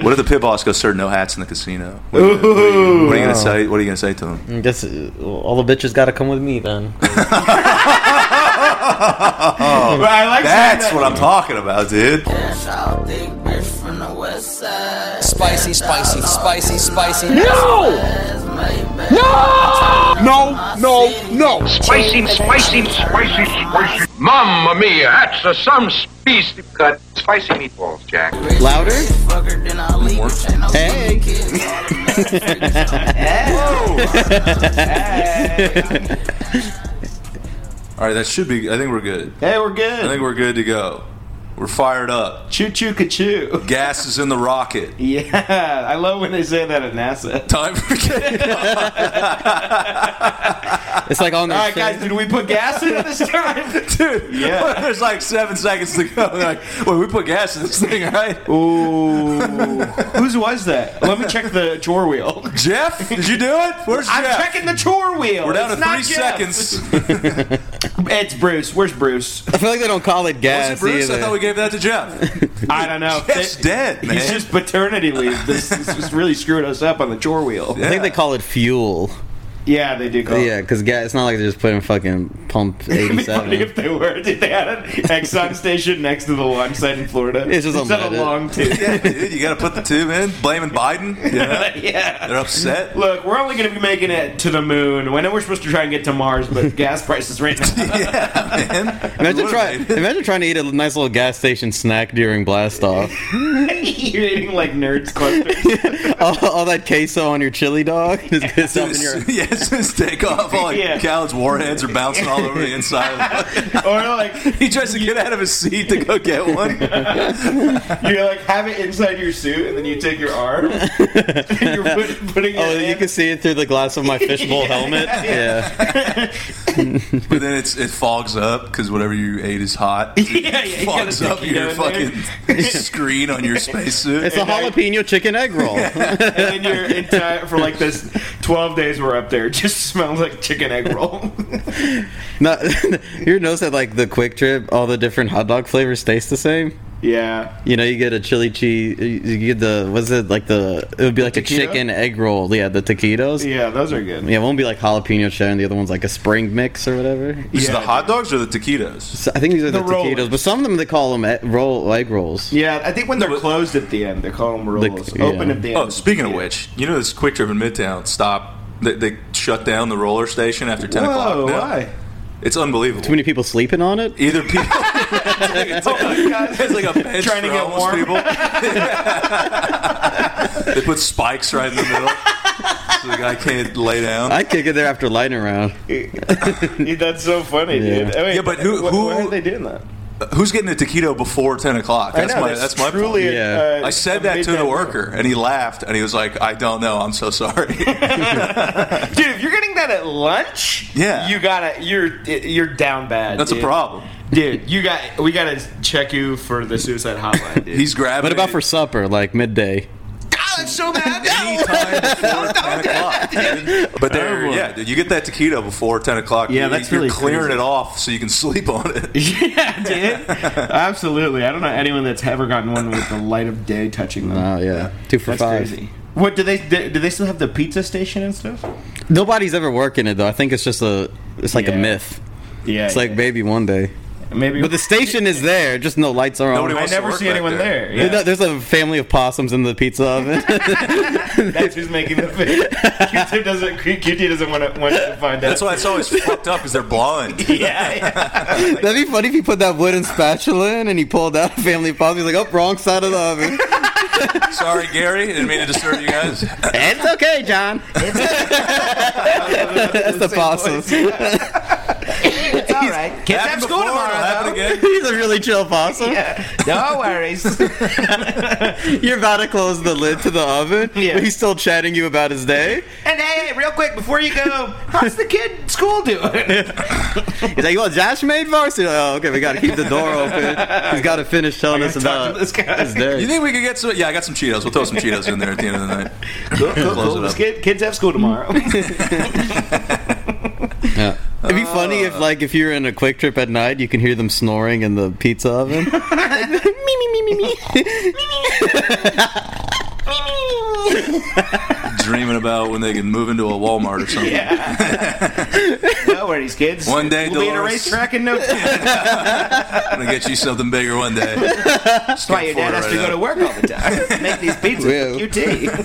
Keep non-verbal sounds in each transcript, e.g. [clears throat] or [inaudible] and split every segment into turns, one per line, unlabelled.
What if the pit boss goes, "Sir, no hats in the casino"? What, are you- what are you- what are you gonna say? What are you gonna say to him?
I guess uh, all the bitches gotta come with me then.
But I like
That's
saying that.
what I'm talking about, dude.
Spicy, spicy, spicy, spicy.
No, no, no.
Spicy, spicy, spicy, spicy. Mamma mia, that's a, some spicy cut. Spicy meatballs, Jack.
Louder? Hey!
All right, that should be. I think we're good.
Hey, we're
I
good.
think we're good to go. We're fired up.
Choo choo ka choo.
Gas is in the rocket.
[laughs] Yeah, I love when they say that at NASA.
Time for
It's like on
All
their
right, guys,
chin.
did we put gas in it this time?
[laughs] dude.
Yeah.
there's like seven seconds to go. They're like, well, we put gas in this thing, right?
[laughs] Ooh, whose was that? Let me check the chore wheel.
Jeff, did you do it? Where's
I'm
Jeff?
checking the chore wheel.
We're down
It's
to three
not Jeff.
seconds. [laughs]
It's Bruce. Where's Bruce?
I feel like they don't call it
Was
gas
it Bruce? I
either.
thought we gave that to Jeff.
I don't [laughs] know.
Jeff's
They-
dead, man.
He's just paternity leave. This, this is really screwing us up on the chore wheel.
I think they call it fuel.
Yeah, they do. Call it.
Yeah, because gas. It's not like they're just putting fucking pump
Oh. [laughs] It'd be funny
eighty-seven.
if they were. Did they had an Exxon station next to the launch site in Florida?
It's just
Instead of
unleaded.
long tube.
[laughs]
[laughs]
yeah, dude, you got to put the tube in. Blaming Biden. Yeah,
yeah.
they're upset.
Look, we're only going to be making it to the moon. I know we're supposed to try and get to Mars,
[laughs]
but gas prices right
[laughs]
now. [laughs]
Yeah, man.
Imagine trying.
Motivated.
[laughs] Imagine trying to eat a nice little gas station snack during blast
[laughs]
off.
You're eating like nerds clusters.
all, all that queso on your chili dog [laughs] just gets up
[laughs]
in your.
[laughs] yeah, just take off. All like
Yeah.
Khaled's warheads are bouncing all over the inside. Of
[laughs]
the
or like
he tries to get out of his seat to go get one.
you like have it inside your suit, and then you take
[laughs]
your arm. and you're put, putting. Your
Oh, you
hand-
can see it through the glass of my fishbowl
[laughs]
helmet. Yeah.
But then it's it fogs up because whatever you ate is hot. It
[laughs] Yeah, yeah, you gotta
fogs
stick
up
it
your
down there.
fucking
[laughs]
screen on your spacesuit.
It's a jalapeno chicken egg
[laughs]
roll. [laughs]
and then your entire for like this twelve days we're up there it just smells like chicken egg roll. [laughs]
no, [laughs] you notice that like the quick trip, all the different hot dog flavors taste the same.
yeah,
You know, you get a chili cheese. You get the what's it like the? It would be like a
taquito?
chicken egg roll. Yeah, the taquitos. Yeah.
yeah, those are good.
one would be like jalapeno cheddar, and the other one's like a spring mix or whatever.
Is it
Yeah.
the hot dogs or the taquitos?
So I think these are the,
The rollers.
taquitos, but some of them they call them e- roll egg rolls.
Yeah, I think when they're closed at the end, they call them rolls.
yeah.
Open at the end.
Oh, speaking of
Yeah.
which, you know this Quick Trip in Midtown stop. They, they shut down the roller station after ten
Whoa,
o'clock. now.
why?
It's unbelievable.
Too many people sleeping on it.
Either
[laughs]
people, it's, like a, it's like a bench
Oh Trying to
for
get
homeless
warm. [laughs]
people. they put spikes right in the middle, so the guy can't lay down.
I kick it there after lightning round.
Dude, That's so funny, dude.
Yeah.
I mean,
Yeah, but who-
wh-
who-
why are they doing that?
Who's getting a taquito before ten o'clock? That's my. That's my. point.
truly.
Yeah.
uh,
I said that to the
midnight
worker, and he laughed, and he was like, "I don't know. I'm so sorry."
meal. [laughs] dude. If you're getting that at lunch,
Yeah.
you gotta you're you're down bad.
That's a
dude.
problem.
dude. You got we gotta check you for the suicide hotline, dude.
He's grabbing.
What about for
it
supper, like midday?
God, that's so bad.
any time before ten o'clock? dude. But there,
Terrible.
yeah, dude, you get that taquito before ten o'clock.
Yeah,
you,
that's
you're
really
clearing
crazy.
it off so you can [laughs] sleep on it.
[laughs] yeah,
[laughs]
dude. Absolutely. I don't know anyone that's ever gotten one with the light of day touching them.
Oh yeah, two for
that's
five.
crazy. What do they do? They still have the pizza station and stuff?
Nobody's ever working it though. I think it's just a, it's like a
Yeah.
myth.
Yeah,
It's like baby one day,
maybe.
but the station is there. Just no lights are
Nobody
on.
I
wants to
never
work
see
back
anyone
there.
there.
There's
Yeah.
a- There's a family of possums in the pizza oven. [laughs]
that's who's making the food. Q-tip doesn't. Q-tip doesn't want to want to find
That's
out.
why it's always fucked up because they're blind.
[laughs] yeah, yeah.
That'd be funny if you put that wooden spatula in and he pulled out a family of possums. He's like, oh, wrong side of the oven.
Sorry, Gary, didn't mean to disturb you guys.
it's okay, John. That's the possum. He's [laughs]
It's all right. Kids
Happened before, it'll happen again.
a really chill possum. [laughs]
No worries.
You're about to close the lid to the oven,
Yeah.
but he's still chatting you about his day.
And hey, real quick before you go, how's the kid school doing? [laughs]
He's like, well, Josh made varsity. Oh, okay, we got to keep the door open. He's got to finish telling us
gotta talk
about
to this guy.
his
You
day.
think we could get some? Yeah, I got some Cheetos. We'll throw some Cheetos in there at the end of the night. Close it up.
Kid, kids have
[laughs]
school tomorrow. [laughs]
Yeah. It'd be funny if, like, if you're in a quick trip at night, you can hear them snoring [laughs] in the pizza oven. me, me, me, me, me.
dreaming about when they can move into a Walmart or something.
Well, where these kids?
One day,
we'll be at a
Dolores.
racetrack in no time.
I'm gonna get you something bigger one day.
That's why your dad has to go to work all the time. Make these pizzas
Yeah.
with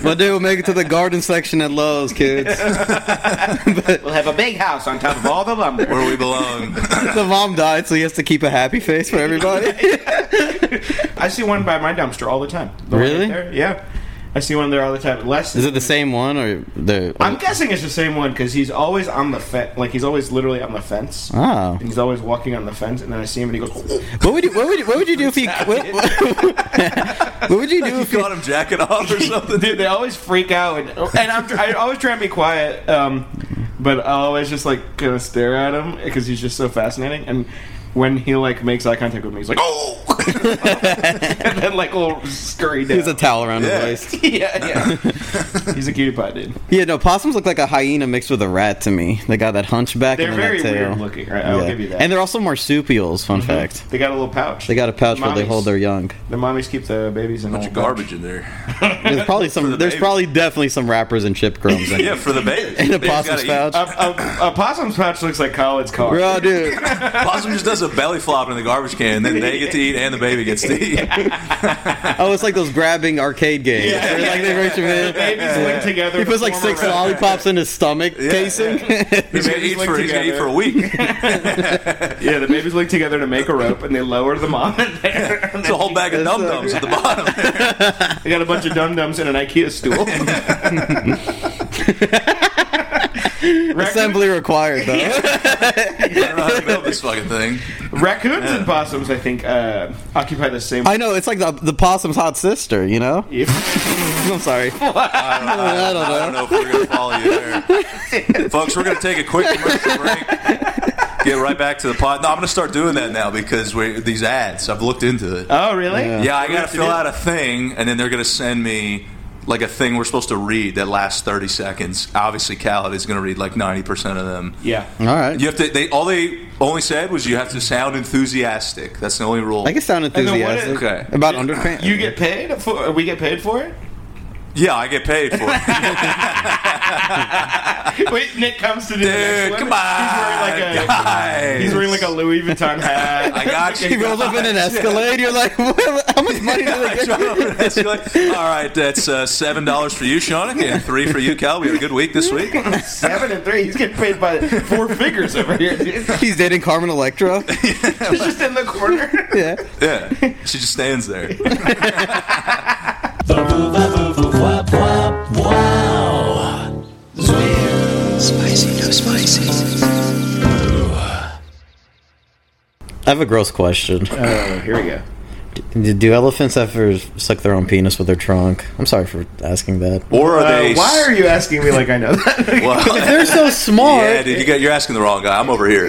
QT.
My dude will make it to the garden section at Lowe's, kids.
We'll have a big house on top of all the lumber.
where we belong.
[laughs]
[laughs]
the mom died, so he has to keep a happy face for everybody.
I see one by my dumpster all the time. The one right
Really?
there, Yeah. I see one there all the time. Les
Is it the same one or the?
I'm guessing it's the same one because he's always on the fence. Like he's always literally on the fence.
Oh.
And he's always walking on the fence, and then I see him and he goes.
What would you what would you, what would you do if you what, [laughs] what would you do
you
if you
caught him jacking off or something.
Dude, they always freak out, and, and I'm I always try and be quiet, um, but I always just like kind of stare at him because he's just so fascinating. And when he like makes eye contact with me, he's like, [laughs] "Oh!" [laughs] and then like will scurry down.
use a towel around his
Yeah.
[laughs] waist?
yeah, yeah. he's a cutie pie, dude.
[laughs] Yeah, no, possums look like a hyena mixed with a rat to me. They got that hunchback.
They're
and then
very
that tail.
weird looking. Right? I'll
Yeah.
give you that.
And they're also marsupials. Fun fact:
they got a little pouch.
they got a pouch where
Mommies.
they hold their young.
the mommies keep the babies in a
Bunch of
little pouch.
garbage in there.
There's [laughs] probably
For
some.
the
there's
baby.
probably definitely some wrappers and chip crumbs. [laughs] In it.
Yeah, for the baby.
In a
Baby's gotta
possum's
eat.
pouch.
A, a, a possum's pouch looks like Khaled's car.
Bro, dude,
Possum just does a belly flop in the garbage can, then they get to eat and the baby gets
[laughs]
to eat.
oh, it's like those grabbing arcade games. They're like they reach
[laughs] The
in.
babies linked together.
He
to
puts like
form
six
a rat.
lollipops in his stomach casing.
He's gonna
babies
eat
live
for he's gonna eat
together.
for a week. [laughs]
Yeah, the babies link together to make a rope, and they lower them on [laughs] in there.
It's a whole bag of dum dums at the bottom. [laughs]
They got a bunch of dum dums and an IKEA stool.
[laughs]
[laughs]
[laughs]
Raccoon,
Assembly required though.
I don't know how to build this fucking thing.
raccoons and possums, I think, uh, occupy the same.
I know it's like the, the possum's hot sister. You know. I'm sorry. [laughs] I don't
I don't
know.
know if we're gonna follow you there,
[laughs]
folks. We're gonna take a quick commercial break. Get right back to the pod. No, I'm gonna start doing that now because we these ads. I've looked into it.
oh, really?
Yeah, I gotta
have to
fill
do-
out a thing, and then they're gonna send me like a thing we're supposed to read that lasts 30 seconds. Obviously, Khaled is gonna read like 90% of them.
Yeah.
All right.
You have to. They all they only said was you have to sound enthusiastic. That's the only rule.
I can sound
then what
enthusiastic
is-
Okay.
about underpants.
You get paid for? uh, We get paid for it? [laughs]
Yeah, I get paid for it.
Wait, Nick comes to do the next
Dude,
one.
come on,
He's wearing like a.
guys.
He's wearing like a Louis Vuitton hat.
I
[laughs]
got you.
he rolls up in an Escalade. You're like, [laughs] what, how much money did they get?
That's good. All right, that's uh, seven dollars for you, Sean, and three for you, Cal. We had a good week this week.
Seven and three. He's getting paid by four figures over here. dude.
He's dating Carmen Electra.
He's just in
[laughs]
the corner.
Yeah.
Yeah, she just stands there.
Spicy, no spicy.
I have a gross question.
Oh, here we go.
Do, do elephants ever suck their own penis with their trunk? I'm sorry for asking that.
Or are
Uh,
they?
why are you asking me like I know that?
[laughs]
[laughs]
Well,
They're so smart.
yeah, dude, you got, you're asking the wrong guy. I'm over
[laughs]
here.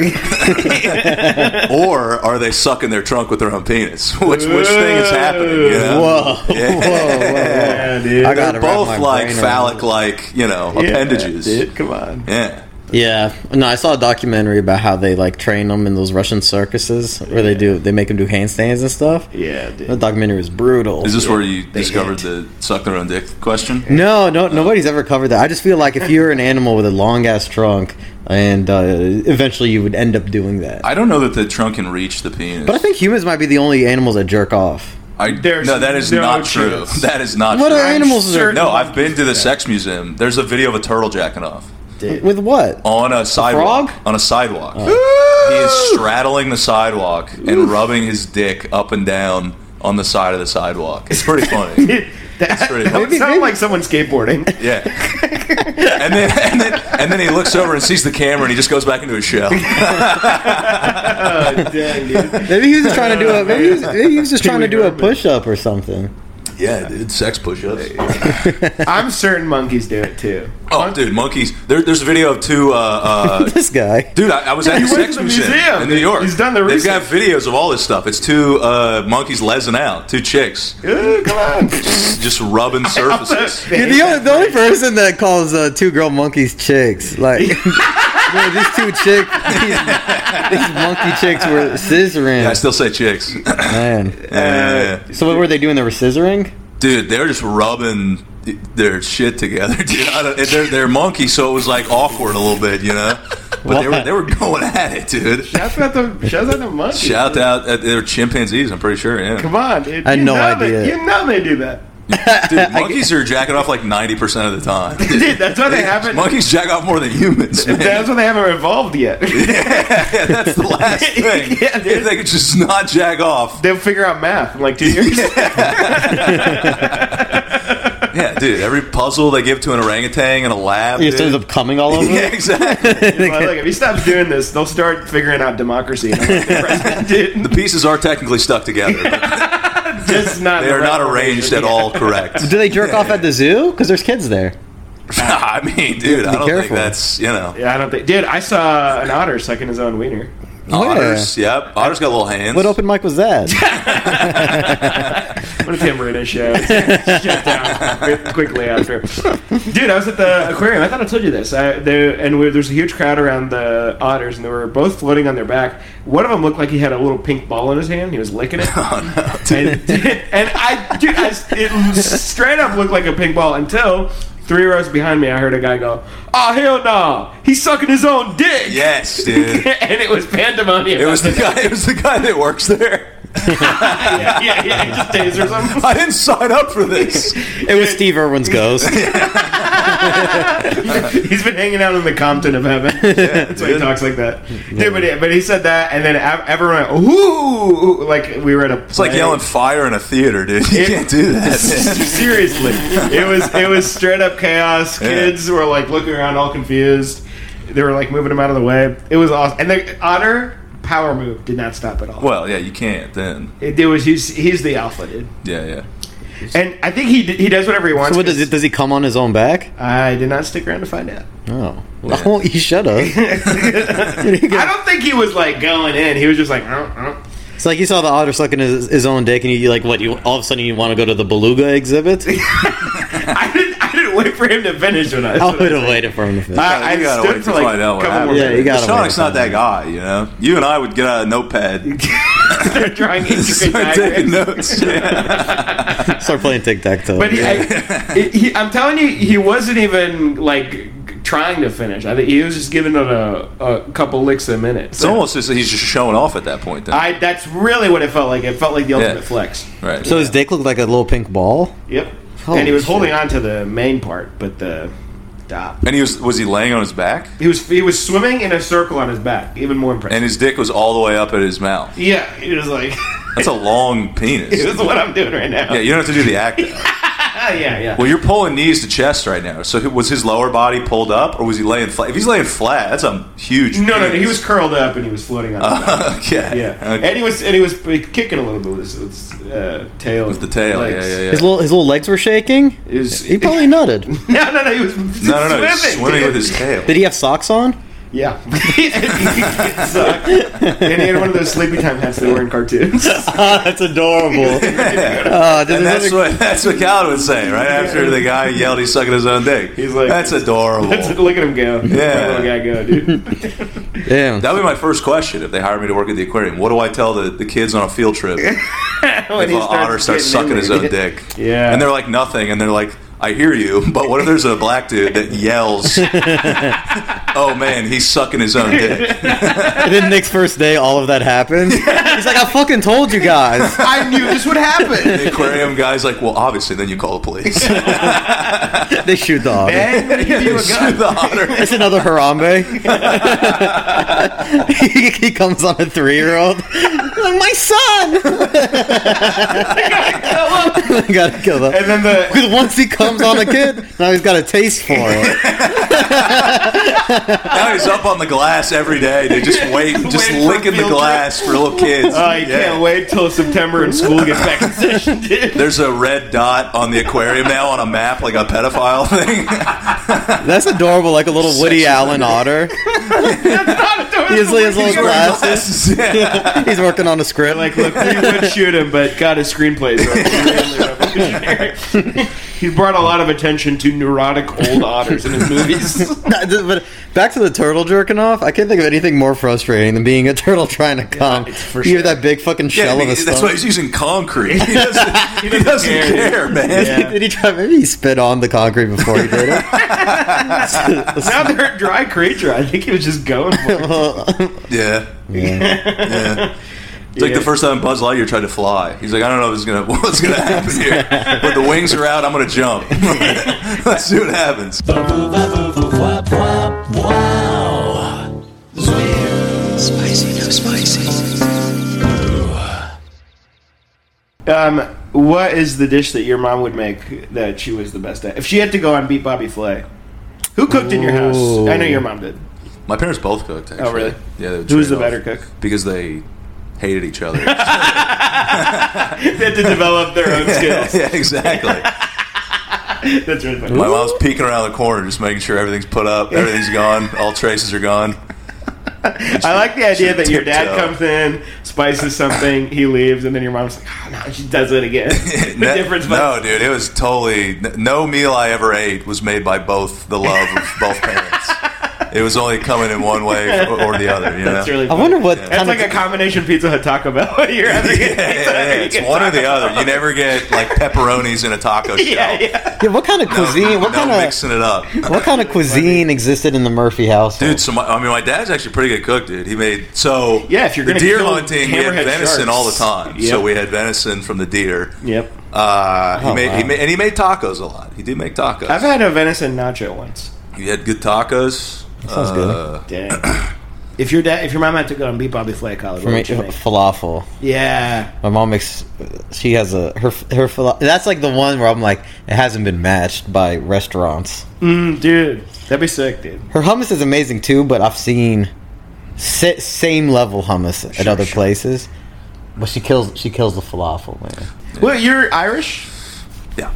or are they sucking their trunk with their own penis? Which which thing is happening? You know?
Whoa.
[laughs] Yeah.
Whoa, whoa,
yeah, dude.
I got-
They're
Gotta wrap
both
my
like
brain around
phallic, like you know, [laughs] appendages.
Dude, come on.
Yeah.
whoa. Yeah. No, I saw a documentary about how they like train them in those Russian circuses where they do they make them do handstands and stuff.
Yeah, dude.
That documentary was brutal.
Is this where you discovered the suck their own dick question?
No, no, nobody's ever covered that. I just feel like if you're an animal with a long ass trunk, and uh, eventually you would end up doing that.
I don't know that the trunk can reach the penis.
but I think humans might be the only animals that jerk off.
I,
There's
no, that is
no
not true. [laughs]
chance.
That is not
What
true.
are animals that are-
No, I've
[laughs]
been to the sex museum. There's a video of a turtle jacking off
With what?
on a sidewalk.
frog? Oh.
On a sidewalk, he is straddling the sidewalk and rubbing his dick up and down on the side of the sidewalk. It's pretty
[laughs]
funny.
That, that
pretty funny.
would sound like someone skateboarding.
yeah. And then, and then and then he looks over and sees the camera and he just goes back into his shell.
Maybe he was just trying to do a. Maybe he was, maybe [laughs] he was just trying to do a push up or something.
yeah, dude, sex push-ups.
I'm certain monkeys do it too.
Oh, dude, monkeys. There, there's a video of two. Uh,
[laughs]
uh,
This guy.
dude, I, I was at the
went
sex
to the
museum,
museum.
in New York.
He's done the
They've got videos of all this stuff. It's two uh, monkeys lesing out, two
[laughs]
chicks
Ooh, come on.
just rubbing surfaces.
You're the only, the only person that calls uh, two girl monkeys chicks. Like, [laughs] man, these two chicks, these, these monkey chicks were scissoring.
[laughs]
I still say chicks.
Uh,
Man.
Yeah.
So what were they doing? They were scissoring.
dude, they're just rubbing their shit together, [laughs] dude. I don't- They're, they're monkey, so it was like awkward a little bit, you know. But they were they were going at it, dude.
Shout out the shout out the monkey.
Shout out, uh, they're chimpanzees. I'm pretty sure. Yeah,
Come on, dude.
I had
You
no
know they-
idea.
you know they do that. [laughs]
dude, monkeys are jacking off like 90 percent of the time.
Dude, that's why they haven't.
monkeys jack off more than humans. Man.
That's why they haven't evolved
[laughs]
yet. [laughs]
yeah, that's the last thing.
Yeah, dude.
if they could just not jack off.
They'll figure out math in like two years.
Yeah, dude. Every puzzle they give to an orangutan in a lab.
It just
dude.
ends
[laughs]
up coming all over. [laughs]
yeah, exactly.
Well, look, if he stops doing this, they'll start figuring out democracy. And I'm like, the president
The
didn't-
pieces are technically stuck together. but
just not
They are
[laughs]
not arranged at all correct.
Do they jerk off at the zoo? Because there's kids there.
[laughs] I mean, dude, I don't think
careful.
that's you know
Yeah, I don't think. Dude, I saw an otter sucking his own wiener.
otters. Yep, otters got little hands.
Oh, What open mic was [laughs] that?
What a Tim Ritter show. [laughs] Shut down quick- quickly after. Dude, I was at the aquarium. I thought I told you this. I, there, and we, there's a huge crowd around the otters, and they were both floating on their back. One of them looked like he had a little pink ball in his hand. He was
[laughs]
licking it.
Oh,
[laughs] and, and I, dude, I, it straight up looked like a pink ball until three rows behind me, I heard a guy go, "Oh hell no, he's sucking his own dick."
Yes, dude.
[laughs] and it was pandemonium.
It was the guy. It was the guy that works there.
[laughs]
[laughs]
yeah, yeah, yeah, he just tasers him.
I didn't sign up for this.
It was Steve Irwin's ghost.
[laughs] He's been hanging out in the Compton of heaven. [laughs] That's why he
dude.
talks like that. Dude, but, he- but he said that, and then ev- everyone went, ooh, like we were at a.
It's like yelling fire in a theater, dude. You
It-
can't do that. man.
[laughs] Seriously, it was it was straight up chaos. Kids were like looking around, all confused. They were like moving him out of the way. It was awesome, and the otter power move did not stop at all.
Well, yeah, you can't. Then,
It, it was he's he's the alpha dude,
yeah, yeah.
and I think he d- he does whatever he wants.
So what does
'cause
it? Does he come on his own back?
I did not stick around to
[laughs]
find out.
Oh, well, [laughs] you should have.
I don't think he was like going in. He was just like, "Oh, oh."
It's like you saw the otter sucking his, his own dick, and you like what? You all of a sudden you want to go to the beluga [laughs] exhibit?
[laughs] I didn't. I didn't wait for him to finish when I.
I would have waited for him to finish.
I,
You
I
gotta
stood
wait
for
to
like
find out
a
what
couple more
happens.
Yeah, you
minutes.
gotta wait.
Seanic's not that guy, you know. You and I would get out a notepad, and
They're [laughs] drawing intricate
start taking
diagrams.
notes.
Start playing tic tac toe.
But he, I, it- he, I'm telling you, he wasn't even like g- trying to finish. I think he was just giving it a, a couple licks a minute.
It's almost as if he's just showing off at that point. Then,
I. That's really what it felt like. It felt like the ultimate flex.
right?
so his dick looked like a little pink ball.
Yep.
Holy
and he was
shit.
holding on to the main part, but the. Stop.
and he was was he laying on his back,
He was he was swimming in a circle on his back. Even more impressive.
and his dick was all the way up at his mouth.
yeah, he was like, [laughs]
That's a long penis.
"This [laughs] is what I'm doing right now."
Yeah, you don't have to do the act. now.
Ah, yeah, yeah.
Well, you're pulling knees to chest right now. So was his lower body pulled up, or was he laying flat? If he's laying flat, that's a huge.
No, no, no, he
penis.
was curled up and he was floating on. his
[laughs]
back.
okay.
Yeah,
Oh. Okay.
and he was and he was kicking a little bit with his, with his, uh, tail.
With the tail. Yeah, yeah, yeah.
His little his little legs were shaking.
It was,
He probably nutted.
[laughs] no, no, no. He was
no, no, no. He's
swimming,
swimming
dude.
with his
[laughs]
tail.
Did he have socks on?
Yeah, [laughs] It sucked. and he had one of those sleepy time hats they were in cartoons. [laughs]
That's [laughs] adorable. Uh,
And
does his
that's
other-
what [laughs] that's what Cal would say right after the guy yelled he's sucking his own dick.
He's like-
that's adorable.
Look at him go.
Yeah.
That little guy
[laughs]
go, dude.
Damn.
that would be my first question if they hire me to work at the aquarium. What do I tell the, the kids on a field trip if
When
an otter starts
getting
sucking
in
his
there.
own
[laughs]
dick?
Yeah.
And they're like nothing, and they're like, I hear you, but what if there's a black dude that
[laughs]
yells, "Oh man, he's sucking his own dick"?
[laughs]
And then Nick's first day, all of that happened. He's like, I fucking told you guys.
[laughs] I knew this
[laughs]
would happen.
The aquarium guy's like, "Well, obviously, then you call the
[laughs]
police." [laughs]
They shoot the otter.
And they give you a gun.
the otter.
It's another Harambe. [laughs] he, he comes on a three year old. [laughs] My son! [laughs] I [laughs] gotta kill him.
And then the
Because once he comes on a kid, now he's got a taste for it.
Now he's up on the glass every day. They
[laughs]
just wait, just
Waiting for
licking the
field trip.
glass for little kids.
[laughs] oh, you
Yeah.
can't wait till September and school gets back in
[laughs]
session, dude. [laughs]
There's a red dot on the aquarium now on a map, like a pedophile [laughs] thing.
That's adorable, like a little Woody Allen
[laughs]
otter. He has his little glasses.
Yeah.
[laughs]
He's working on a script. [laughs]
Like, look, we would shoot him, but God, his screenplays are really [laughs] he brought a lot of attention to neurotic old otters in his movies. [laughs]
but back to the turtle jerking off. I can't think of anything more frustrating than being a turtle trying to come.
it's for
you
sure.
have that big fucking
Yeah, I
shell
mean,
of a
that's
stump.
why he's using
[laughs]
concrete. He doesn't, he doesn't, care, man.
Yeah.
[laughs] Did he try? Maybe he spit on the concrete before he did it.
now they're a dry creature. I think he was just going for it.
[laughs] Yeah. Yeah. It's like
Yeah.
the first time Buzz Lightyear tried to fly. He's like, I don't know what's gonna [laughs] what's gonna happen here, but the wings are out. I'm gonna jump. [laughs] Let's see what happens.
Spicy, no spicy.
Um, what is the dish that your mom would make that she was the best at? If she had to go and beat Bobby Flay, who cooked in your house?
Ooh.
I know your mom did.
My parents both cooked. Actually.
Oh, really?
Yeah. they would
Who was the
trade off
better cook?
Because they hated each other.
they had to develop their own
[laughs]
skills.
yeah, exactly.
That's really funny.
My mom's peeking around the corner, just making sure everything's put up, everything's gone, all traces are gone.
I like the idea that your dad
tiptoe.
comes in, spices something, he leaves, and then your mom's like, oh, no, she does
[laughs]
it again. [laughs] the
No-
difference was-
no, dude, it was totally n- no meal I ever ate was made by both the love
[laughs]
of both parents. It was only coming in one way or or the other. You know?
That's really
I
funny.
wonder what
Yeah.
That's
kind
like a
of.
combination Pizza Hut Taco Bell. [laughs] You're having
[laughs]
a
yeah, yeah,
pizza
yeah,
and you
It's
get
one or the
Taco
other.
Bell.
You never get like pepperonis in a taco shell.
[laughs] Yeah, yeah.
yeah, what kind of cuisine? what
No
kind of
mixing it up,
what kind of cuisine existed in the Murphy house?
dude? So my, I mean, my dad's actually a pretty good cook, dude. He made so
Yeah, if you're
the
gonna
deer
kill
hunting, we had
hammerhead
venison
sharks.
all the time.
Yep.
So we had venison from the deer.
Yep.
Uh, he
Oh,
made, he
wow.
made and he made tacos a lot. He did make tacos.
I've had a venison nacho once.
he had good tacos. Uh,
sounds good.
Dang. if your dad, if your mom had to go and beat Bobby Flay at college,
For
what
me, oh.
would you make?
falafel.
Yeah.
My mom makes. She has a her her. fala- That's like the one where I'm like, it hasn't been matched by restaurants.
Mm, dude, that'd be sick, dude.
Her hummus is amazing too, but I've seen sa- same level hummus at other places. But she kills she kills the falafel, man.
Well, you're Irish.
Yeah.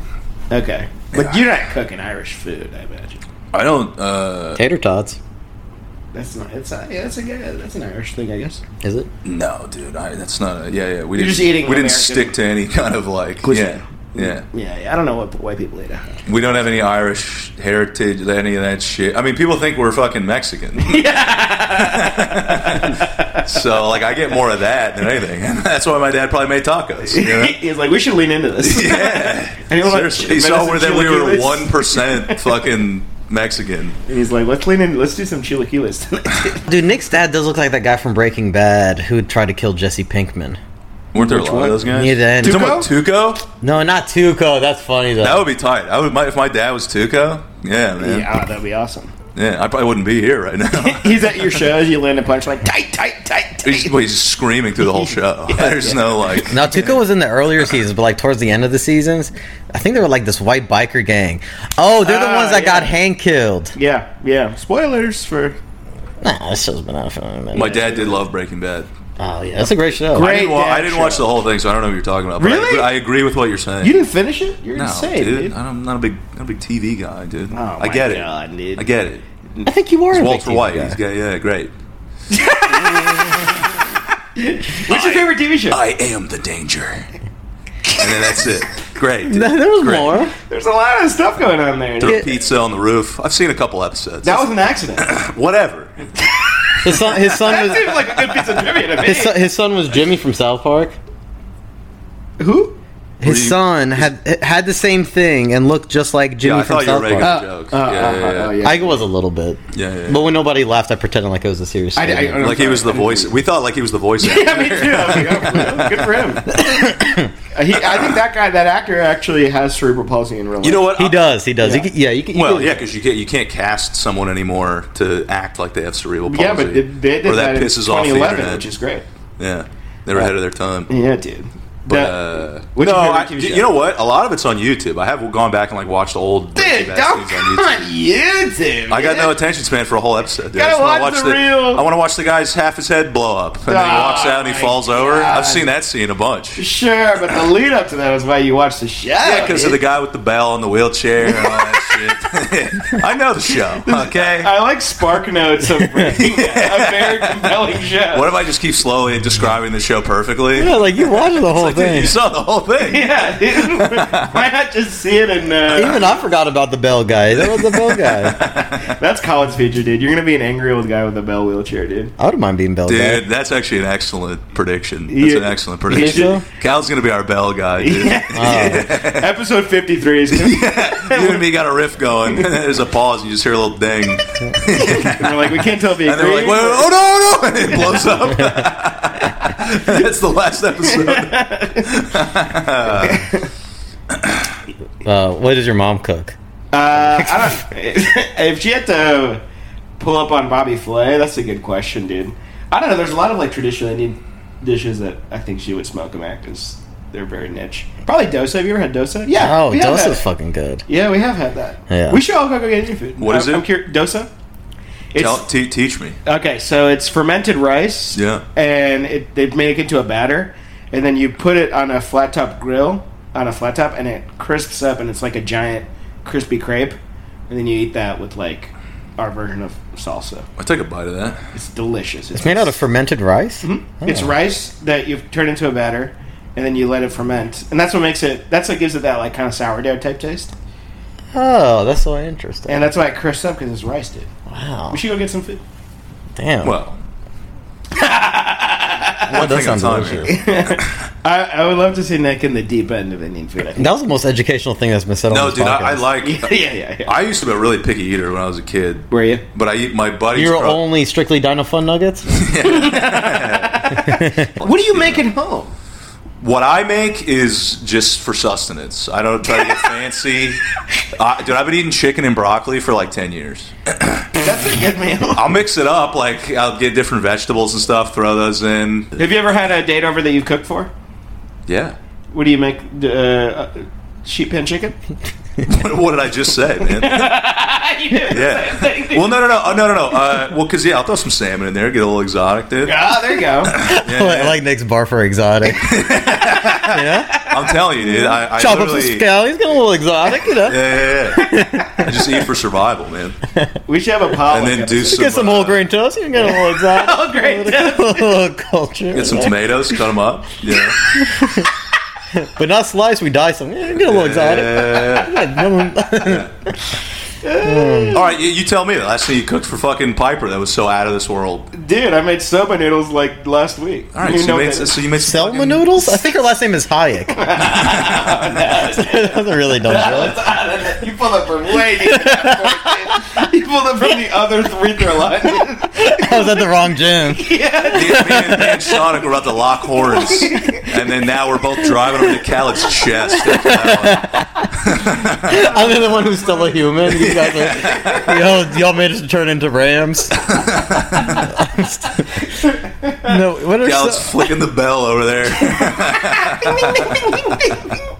Okay, but you're not cooking Irish food, I imagine.
I don't. Uh,
Tater tots,
That's not. It's not. Yeah, that's a guy. That's an Irish thing, I guess.
is it?
no, dude. I, that's not. A, yeah, yeah. We
You're
didn't,
just eating
We didn't
American-
stick to any [laughs] kind of like. Yeah, yeah.
Yeah, yeah, I don't know what white
[laughs]
people eat. [laughs] yeah,
We don't have any Irish heritage, any of that shit. I mean, people think we're fucking Mexican.
[laughs]
so, like, I get more of that than anything. [laughs] That's why my dad probably made tacos. You
[laughs]
know?
he's like, we should lean into this.
Yeah.
Anyone want
Seriously. He
venison
saw where that we were
chilaquiles?
1% fucking Mexican.
And [laughs] he's like, let's lean in. Let's do some
[laughs]
chilaquiles tonight.
Dude, Nick's dad does look like that guy from Breaking Bad who tried to kill Jesse Pinkman.
Weren't there a lot
one?
of those guys?
Yeah, then-
You're talking about Tuco?
No, not Tuco. That's funny though.
That would be tight. I would, my, if my dad was Tuco, yeah, man. Yeah.
yeah, oh, that'd be awesome.
I probably wouldn't be here right
[laughs]
now. [laughs]
He's at your shows. You land a punchline, tight, tight, tight,
he's,
tight.
well, he's screaming through the whole
[laughs]
show. There's no, like.
Now Tuco was in the earlier seasons, but like towards the end of the seasons, I think they were like this white biker gang. Oh, they're the
Ah,
ones that
yeah.
got hand killed.
Yeah, yeah. Spoilers for
Nah, this show's been out for a minute.
My dad did love Breaking Bad.
Oh yeah, that's a great show.
I
Great.
didn't, wa-
dad
I didn't
show.
watch the whole thing, so I don't know what you're talking about. But I
Really?
agree- I, agree with what you're saying.
You didn't finish it. You're
no,
insane,
dude.
dude.
I'm not a big, not a big TV guy, dude.
Oh,
I
my
get
God,
it.
dude.
I get it.
I think you were a
Walter
big
White.
guy.
He's gay. Yeah, great.
What's your favorite TV show?
I am the danger. and then that's it. Great. dude.
[laughs] There was
Great.
more.
There's a lot of stuff going on there.
Throw
dude.
pizza on the roof. I've seen a couple episodes.
That was
[laughs]
an accident. that
Whatever.
His son, his son was
seems like a good piece of trivia to me.
his son, his son was Jimmy from South Park.
Who?
His
you-
son had had the same thing and looked just like Jimmy
Yeah, I
from
thought you were
South
making
Park.
a
Uh,
joke.
uh, uh,
yeah, yeah, yeah.
uh, yeah.
I was a little bit,
Yeah, yeah, yeah.
but when nobody laughed, I pretended like it was a serious.
I- I-
statement.
I'm
Like he
sorry.
was the voice. We thought like he was the voice. actor.
[laughs] Yeah, me too. I'm like, oh, well, good for him. Uh, [coughs] he, I think that guy, that actor, actually has cerebral palsy in real life.
You know what?
he does. He does.
Yeah.
You can, yeah, you can. you
Well,
can-
yeah, because you can't you can't cast someone anymore to act like they have cerebral palsy.
Yeah, but they, they did
or that,
that, in
pisses off the
2011,
internet.
which is great.
yeah, they were ahead of their time.
Yeah, dude.
But
That-
uh,
what's
no,
your favorite
I,
TV show?
you know what? A lot of it's on YouTube. I have gone back and like watched old Breaking
[laughs] dude,
Bad
don't
scenes uh, on YouTube.
on YouTube.
I got
man.
no attention span for a whole episode. Dude.
Gotta
I just wanna
watch the
the,
real-
I want to watch the guy's half his head blow up, and then he
Oh,
walks out and he
my
falls over.
God.
I've seen that scene a bunch.
Sure, but the lead up to that was why you watched the show.
Yeah, because of the
dude.
guy with the bell and the wheelchair and all that shit. [laughs] I know the
[laughs]
show, okay?
I like spark notes
[laughs]
of breaking a very compelling show.
What if I just keep slowly describing the show perfectly? [laughs]
Yeah, like you watched the whole whole thing.
You saw the whole thing.
[laughs] Yeah, dude. Why not just see it and uh,
Even I forgot about the bell guy. That was the bell guy.
that's college feature, dude. You're gonna be an angry old guy with a bell wheelchair, dude.
I wouldn't mind being bell
Dude,
guy.
that's actually an excellent prediction. That's
Yeah.
an excellent prediction.
so?
Cal's gonna be our bell guy. Dude. [laughs]
Yeah. [laughs] Episode 53 is gonna-
You and me got a riff going. [laughs] and There's a pause. You just hear a little ding, and
and we're like, we can't
[laughs]
tell if he
they're like,
agrees.
wait, wait, "Oh no, [laughs] no!" And it blows
[laughs]
up. [laughs] That's the last episode.
Uh, what does your mom cook?
Uh, I don't. [laughs] if she had to pull up on Bobby Flay, that's a good question, dude. I don't know. There's a lot of like traditional Indian dishes that I think she would smoke them at because they're very niche. Probably dosa. Have you ever had dosa? Yeah.
Oh,
we have had-
dosa's fucking good.
Yeah, we have had that.
Yeah.
We should all go get Indian food. Uh,
What is
I'm-
it?
I'm cur- dosa. It's
Tell, te- teach me.
okay. So it's fermented rice.
Yeah.
And it, they make it into a batter, and then you put it on a flat top grill on a flat top, and it crisps up, and it's like a giant crispy crepe, and then you eat that with like our version of salsa.
I take a bite of that.
It's delicious. It's,
It's made out of Oh. fermented rice.
it's rice that you've turned into a batter, and then you let it ferment, and that's what makes it. That's what gives it that like kind of sourdough type taste,
Oh, that's so interesting.
and that's why it crisps up because it's rice, dude.
Wow.
We should go get some food.
Damn. [laughs]
Well,
Well, that
think I'm
sounds
telling
delicious.
I, I would love to see Nick in the deep end of Indian food. I think. [laughs]
That was the most educational thing that's been said on
no,
this
dude,
podcast.
I, I like.
yeah, yeah, yeah.
I used to be a really picky eater when I was a kid,
Where are you?
but I eat my buddies.
You're
pro-
only strictly Dino Fun Nuggets?
What do you make at home?
What I make is just for sustenance. I don't try to
[laughs]
get fancy. Uh, dude, I've been eating chicken and broccoli for like 10 years.
That's a good meal.
I'll mix it up. Like, I'll get different vegetables and stuff, throw those in.
[laughs] Have you ever had a date over that you've cooked for?
Yeah. [laughs]
What do you make? Uh, uh, sheep pan [laughs] chicken?
What, what did I just say,
[laughs]
man?
you did
Yeah. Well, no, no, no. Oh, no, no, no. Uh, well, because, yeah, I'll throw some salmon in there, get a little exotic, dude.
Ah, there you go.
[laughs] Yeah,
like,
yeah.
[laughs] like Nick's bar for exotic. you know?
I'm telling you, dude. I, I
[laughs] Chop up some
literally-
scallions, get a little exotic, you know?
Yeah, yeah,
[laughs]
yeah. I just eat for survival, man.
We should have a pot.
And then
[laughs]
do some.
Oh Get some
uh,
whole grain toast, you can get a little exotic.
[laughs]
Whole grain [laughs]
a little, a little culture.
Get some tomatoes, cut them up. Yeah.
But not sliced, we dice them. Yeah, get a little [laughs] exotic.
Yeah.
Yeah,
[laughs] All right, you, you tell me. The last thing you cooked for fucking Piper that was so out of this world.
Dude, I made soba noodles like last week.
All right,
You
so
know
you, made,
that- [laughs]
so you made some
Selma
fucking-
noodles? I think her last name
[laughs]
is Hayek. That's a really dumb joke.
you pulled up from way deep in
[laughs]
that fork, dude. You pulled up from the other three throw line.
[laughs]
I was at the wrong gym.
Me, me and, me and Sonic were about to lock horns,
[laughs]
and then now we're both driving over to Khaled's chest. after that one.
I'm the one who's still a human. You guys
[laughs]
are, y'all, y'all made us turn into rams. [laughs] no, what are,
Khaled's
Sel-
flicking the bell over
[laughs]
there.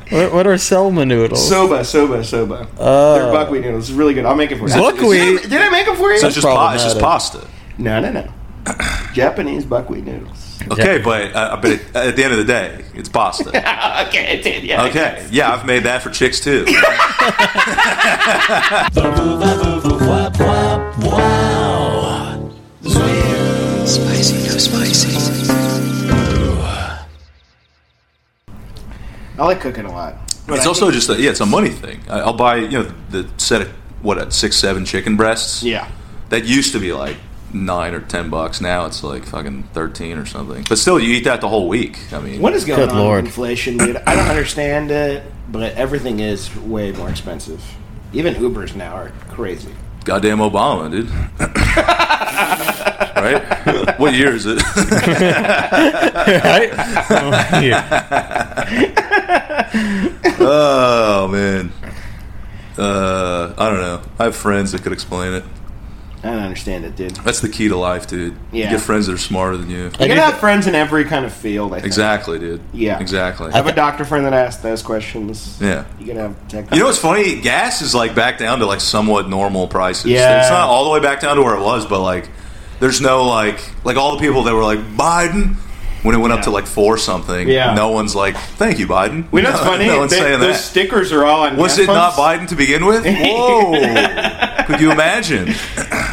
what, what are Selma noodles? [laughs]
soba, soba, soba. They're buckwheat noodles. It's really good. I'll make it for you.
Buckwheat?
Did I make them for you?
So it's just, pa- it's just
problematic.
pasta.
No,
[clears throat]
no, no. Japanese buckwheat noodles.
Okay, but uh, but it, at the end of the day, it's pasta.
okay, it did. [laughs] Yeah.
Okay, yeah, I've made that for chicks too.
Spicy, no spicy.
I like cooking a lot. But
It's
I
also just a, yeah, it's a money thing. I, I'll buy you know the set of what uh, six seven chicken breasts.
Yeah.
That used to be like nine or ten bucks. Now it's like fucking thirteen or something. But still, you eat that the whole week. I mean,
What is going
Good
on
lord.
with inflation, dude? I don't understand it, but everything is way more expensive. Even Ubers now are crazy.
goddamn Obama, dude?
[laughs]
right? What year is
[laughs]
it?
Right?
oh man. Uh, I don't know. I have friends that could explain it.
I don't understand it, dude. You
That's the key to life, dude. You
Yeah.
get friends that are smarter than you.
I do
gotta
th-
have friends in every kind of field, I think.
Exactly, dude.
Yeah.
Exactly.
I have a doctor friend that asks those questions.
Yeah.
You gotta have tech.
You know what's funny? Gas is like back down to like somewhat normal prices.
Yeah.
It's not all the way back down to where it was, but like there's no like like all the people that were like Biden when it went up to like four something.
Yeah.
No one's like, thank you, Biden.
We
[laughs]
know
no,
it's funny.
No one's
They-
saying
those
that.
stickers are all on.
Was
gas
it not
[laughs] pumps. [laughs]
Biden to begin with? Whoa. Could you imagine?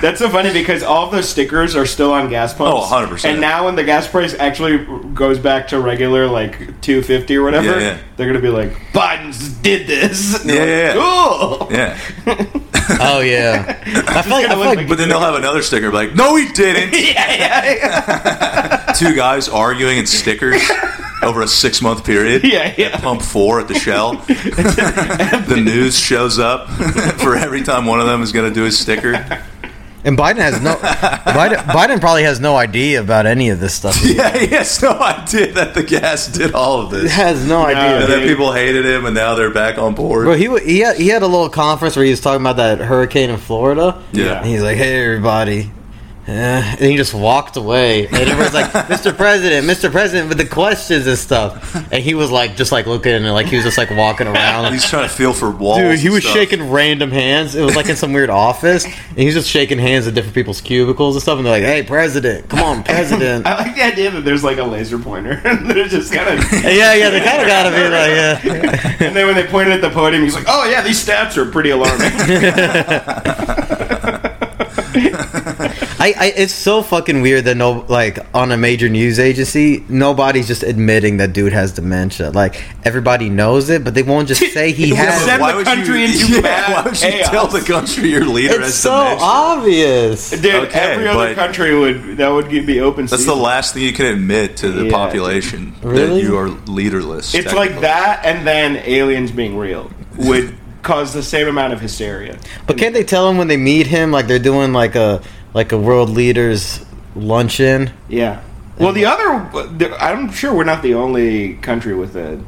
That's so funny because all of those stickers are still on gas pumps.
Oh, 100%.
And now when the gas price actually goes back to regular, like two fifty or whatever,
Yeah, yeah.
they're gonna be like, "Biden's did this." [laughs] And
Yeah,
they're like, Cool.
Yeah.
Oh yeah. I feel like, I
gonna
feel
look
like
like-
But then they'll have another sticker like, no, he didn't.
[laughs] Yeah, yeah, yeah.
Two guys arguing in stickers over a six month period.
Yeah, yeah.
At pump four at the Shell. the news shows up [laughs] for every time one of them is going to do a sticker.
And Biden has no.
Biden, Biden probably has no idea about any of this stuff.
Yeah, he has no idea that the gas did all of this.
has no
[laughs]
idea.
And then people hated him, and now they're back on board.
Bro, he, wa- he, had, he had a little conference where he was talking about that hurricane in Florida.
Yeah.
And he's like, hey, everybody. Eh, and he just walked away. And everyone's like, Mr. President, Mr. President, with the questions and stuff. And he was like, just like looking and like he was just like walking around.
He's trying to feel for walls.
Dude, he
and
was
stuff.
shaking random hands. It was like in some weird office. And he was just shaking hands at different people's cubicles and stuff. And they're like, hey, President, come on, President.
[laughs] I like the idea that there's like a laser pointer, [laughs] and they're just kind
[laughs]
of.
yeah, yeah, they kind of got to be like, yeah.
[laughs] And then when they pointed at the podium, he's like, "Oh yeah, these stats are
[laughs]
pretty alarming."
I, I it's so fucking weird that no like on a major news agency nobody's just admitting that dude has dementia. Like everybody knows it, but they won't just say
[laughs]
he
Yeah,
has.
but
Send
it.
why
the
would
country
you,
into
[laughs] yeah,
mad
Why would you
chaos.
tell the country your leader
It's
has
so
dementia?
obvious.
Dude,
Okay,
every
but-
other country would that would be open.
That's
season.
the last thing you can admit to the
Yeah.
population
Really?
that you are leaderless.
It's like
technically.
that, and then aliens being real would cause the same amount of hysteria.
But can't they tell him when they meet him like they're doing like a like a world leaders luncheon?
Yeah. Well, the other, the- I'm sure we're not the only country with it.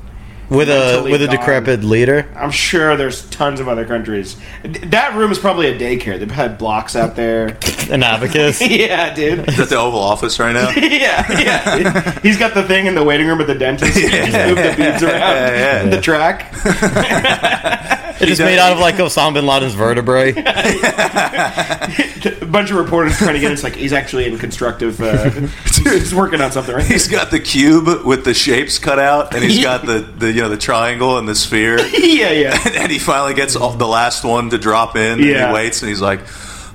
With a
Mentally
with a
gone.
decrepit leader,
I'm sure there's tons of other countries. D- That room is probably a daycare. They've had blocks
[laughs]
out there.
an [laughs] abacus.
yeah, dude. [laughs]
Is that the Oval Office right now? [laughs] yeah,
yeah, yeah. He's got the thing in the waiting room at the dentist. He just moved the beads around
yeah, yeah.
the track.
It's made out of like Osama bin Laden's [laughs] vertebrae.
A bunch of reporters trying to get us like he's actually in constructive. Uh, [laughs] he's working on something right
He's got the cube with the shapes cut out, and he's got the, the you know the triangle and the sphere. [laughs]
[laughs] Yeah, yeah.
and he finally gets all- the last one to drop in. And
Yeah.
he waits, and he's like,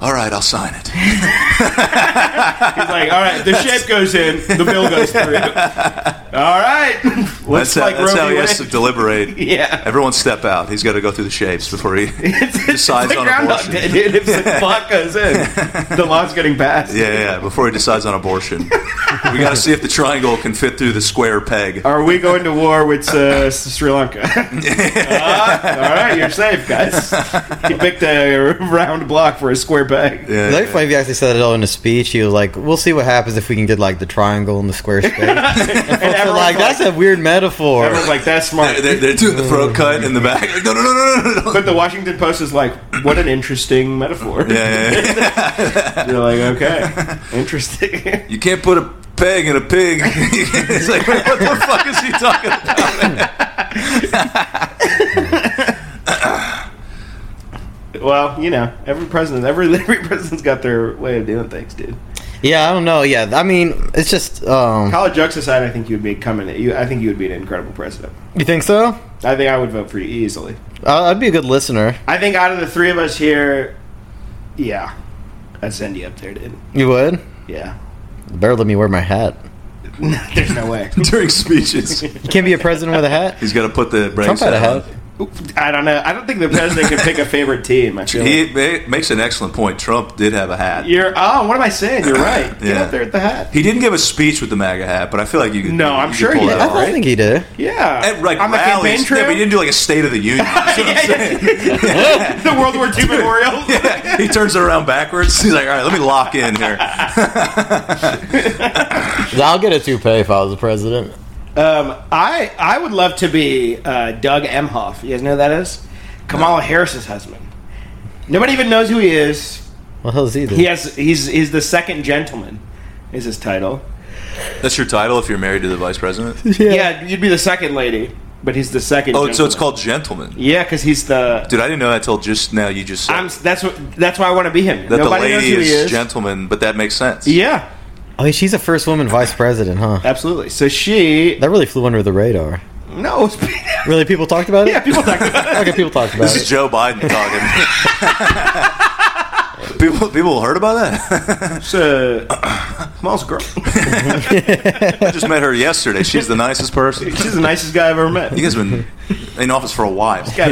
"All right, I'll sign
[laughs]
it."
He's like, all right, the shape goes in, the bill
[laughs]
goes through. All right, [laughs]
That's,
looks
how,
like
that's
Roe
how
v.
he has to
Wade.
deliberate.
[laughs] Yeah,
Everyone step out. He's got to go through the shapes before
[laughs]
he
it's
decides
like
on
Groundhog
abortion.
Day, dude.
[laughs]
If the clock goes in, the law's getting passed.
Yeah, yeah, yeah, before he decides on abortion.
[laughs]
we got to see if the triangle can fit through the square peg.
Are we going to war with uh, S- Sri
[laughs]
Lanka? Uh, all right, you're safe, guys. He picked a round block for a square peg.
Yeah,
That'd
yeah.
be funny if he actually said it all in a speech. He was like, "We'll see what happens if we can get like the triangle and the [laughs] square space." and folks are
everyone's
like, "That's a weird metaphor."
Everyone's like, that's smart.
They're, they're- they're doing the throat cut in the back. Like, no, no, no, no, no, no, no.
But the Washington Post is like, what an interesting metaphor.
Yeah, yeah, yeah.
You're like, okay, interesting. [laughs]
You can't put a peg in a pig. [laughs] it's like, what the fuck is he talking about?
Well, you know, every president, every [laughs] every president's got their way of doing things, dude.
Yeah, I don't know. Yeah, I mean, it's just. um
College jokes aside, I think you'd be coming. You, I think you would be an incredible president.
You think so?
I think I would vote for you easily.
I I'd be a good listener.
I think out of the three of us here, yeah, I'd send you up there, dude.
You would?
Yeah,
You better let me wear my hat.
there's no way. [laughs]
During speeches,
You can't be a president with a [laughs] hat.
he's got to put the brakes
Trump had a hat.
on.
I don't know. I don't think the president can pick a favorite team. I feel like.
He ma- makes an excellent point. Trump did have a hat.
you're. Oh, what am I saying? You're right. Get
Yeah.
up there with the hat.
He didn't give a speech with the MAGA hat, but I feel like you could.
No,
you
I'm
could
sure
pull
he
that
did.
I,
off,
I
right?
think he did.
Yeah,
At, like
on the campaign
rallies.
trail.
Yeah, but he didn't do like a State of the
[laughs]
Union. That's what I'm saying.
the
[laughs]
World War II memorial.
he turns it around backwards. He's like, all right, let me lock in here.
I'll get a toupee if I was the president.
Um, I I would love to be uh, Doug Emhoff. You guys know who that is? Kamala Harris's husband. Nobody even knows who he is.
What the hell is he doing?
He has he's he's the second gentleman. Is his title?
That's your title if you're married to the vice president.
[laughs] Yeah, you'd be the second lady, but he's the second.
Oh, so it's
gentleman.
called gentleman.
Yeah, because he's the.
Dude, I didn't know that till just now. You just said
I'm that's what that's why I want to be him.
that the
Nobody knows
lady
who
is,
he is.
gentleman, but that makes sense.
yeah,
Oh, she's the first woman vice president, huh?
absolutely. So she
That really flew under the radar.
no, [laughs]
Really, people talked about it?
yeah, people talk about it. [laughs]
Okay, people talked about
This
it.
is Joe Biden talking. People, people heard about that. [laughs]
It's, uh,
[coughs]
Miles girl. [laughs]
I just met her yesterday. She's the nicest person. You
She's the nicest guy I've ever met.
guys been in office for a while.
got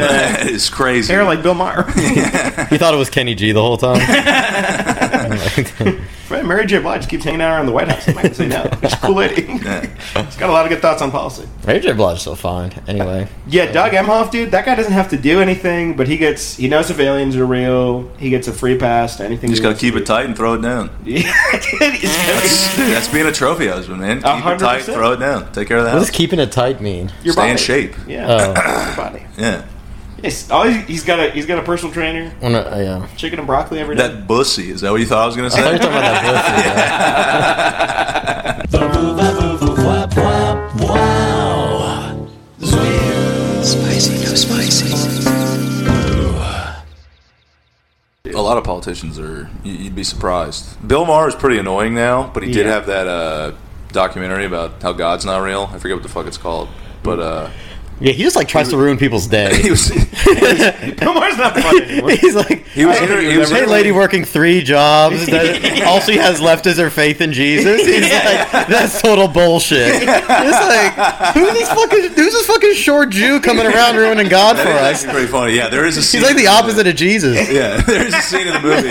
[laughs]
a-
it's crazy.
Hair like
[laughs]
Bill Maher.
You thought it was Kenny G the whole [laughs] time.
Right, Mary J. Blige keeps hanging out around the White House. I'm not gonna say no. She's a cool lady.
[laughs]
She's got a lot of good thoughts on policy.
Mary J. Blige's still fine. Anyway,
Yeah, Doug Emhoff, dude, that guy doesn't have to do anything, but he gets he knows if aliens are real. He gets a free pass to anything.
You just got to keep it tight and throw it down.
[laughs]
That's, that's being a trophy husband, man. Keep
A
it
hundred
tight,
percent.
throw it down. Take care of the
what does
house.
keeping it tight mean?
Your
Stay
body.
in shape.
Yeah,
Oh.
your body.
Yeah.
Yes, always, he's got a he's got a personal trainer.
When I, oh, yeah.
Chicken and broccoli every day.
That bussy. Is that what you thought I was going to
I thought you
say?
were talking about [laughs] that pussy. yeah.
Spicy, no spicy.
A lot of politicians are. you- You'd be surprised. Bill Maher is pretty annoying now, but he did
Yeah.
have that uh, documentary about how God's not real. I forget what the fuck it's called, but uh, [laughs]
Yeah, he just like tries to ruin people's day. [laughs]
he was
[laughs] Bill Maher's not fun anymore.
He's like,
he was, inter- he was
hey, lady working three jobs. [laughs] That all she has left is her faith in Jesus. He's like, that's total bullshit. It's like, who's this fucking, who's this fucking short Jew coming around ruining God for
That is
us?
actually pretty funny. Yeah, there is a. Scene
He's like the opposite of Jesus.
Yeah, [laughs] there's a scene in the movie.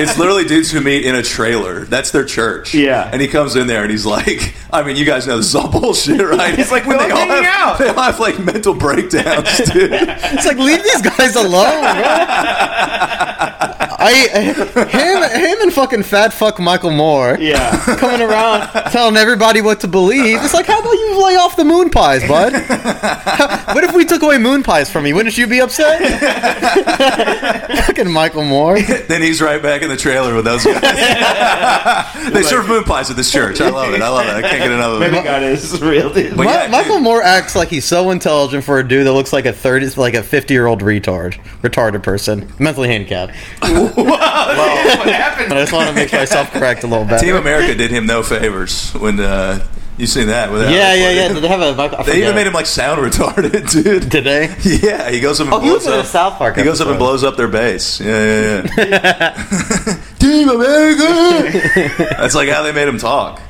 It's literally dudes who meet in a trailer. That's their church.
Yeah.
and he comes in there and he's like, I mean, you guys know this is all bullshit, right?
He's like,
And
"We're all hanging
have,
out."
They all have like mental breakdowns, [laughs] dude.
It's like leave these guys alone. Bro. I him him and fucking fat fuck Michael Moore
[laughs]
Yeah,
coming around telling everybody what to believe. It's like how about you lay off the moon pies,
[laughs]
bud? How- what if we took away moon pies from you? Wouldn't you
[laughs]
be upset? fucking Michael Moore.
then he's right back in the trailer with those guys. [laughs]
[laughs]
they serve moon pies at this church. I love it. I love it. I can't get enough of
maybe
it.
God is real. Dude.
But
Mi-
yeah, dude.
Michael Moore acts like he's so intelligent for a dude that looks like a thirty, like a fifty-year-old retard, retarded person, mentally handicapped.
what
But I [laughs]
happened?
just want to make myself correct a little
[laughs]
bit.
Team America did him no favors when uh, you seen that. With
Yeah, yeah, yeah. Did
They,
they have a? I forget.
even made him like sound retarded, [laughs] dude.
Did they?
Yeah, he goes up and
Oh, he
blows
was in a
up.
South Park.
He goes up and
episode.
blows up their base. Yeah, yeah, yeah.
[laughs]
[laughs] Team America. That's like how they made him talk.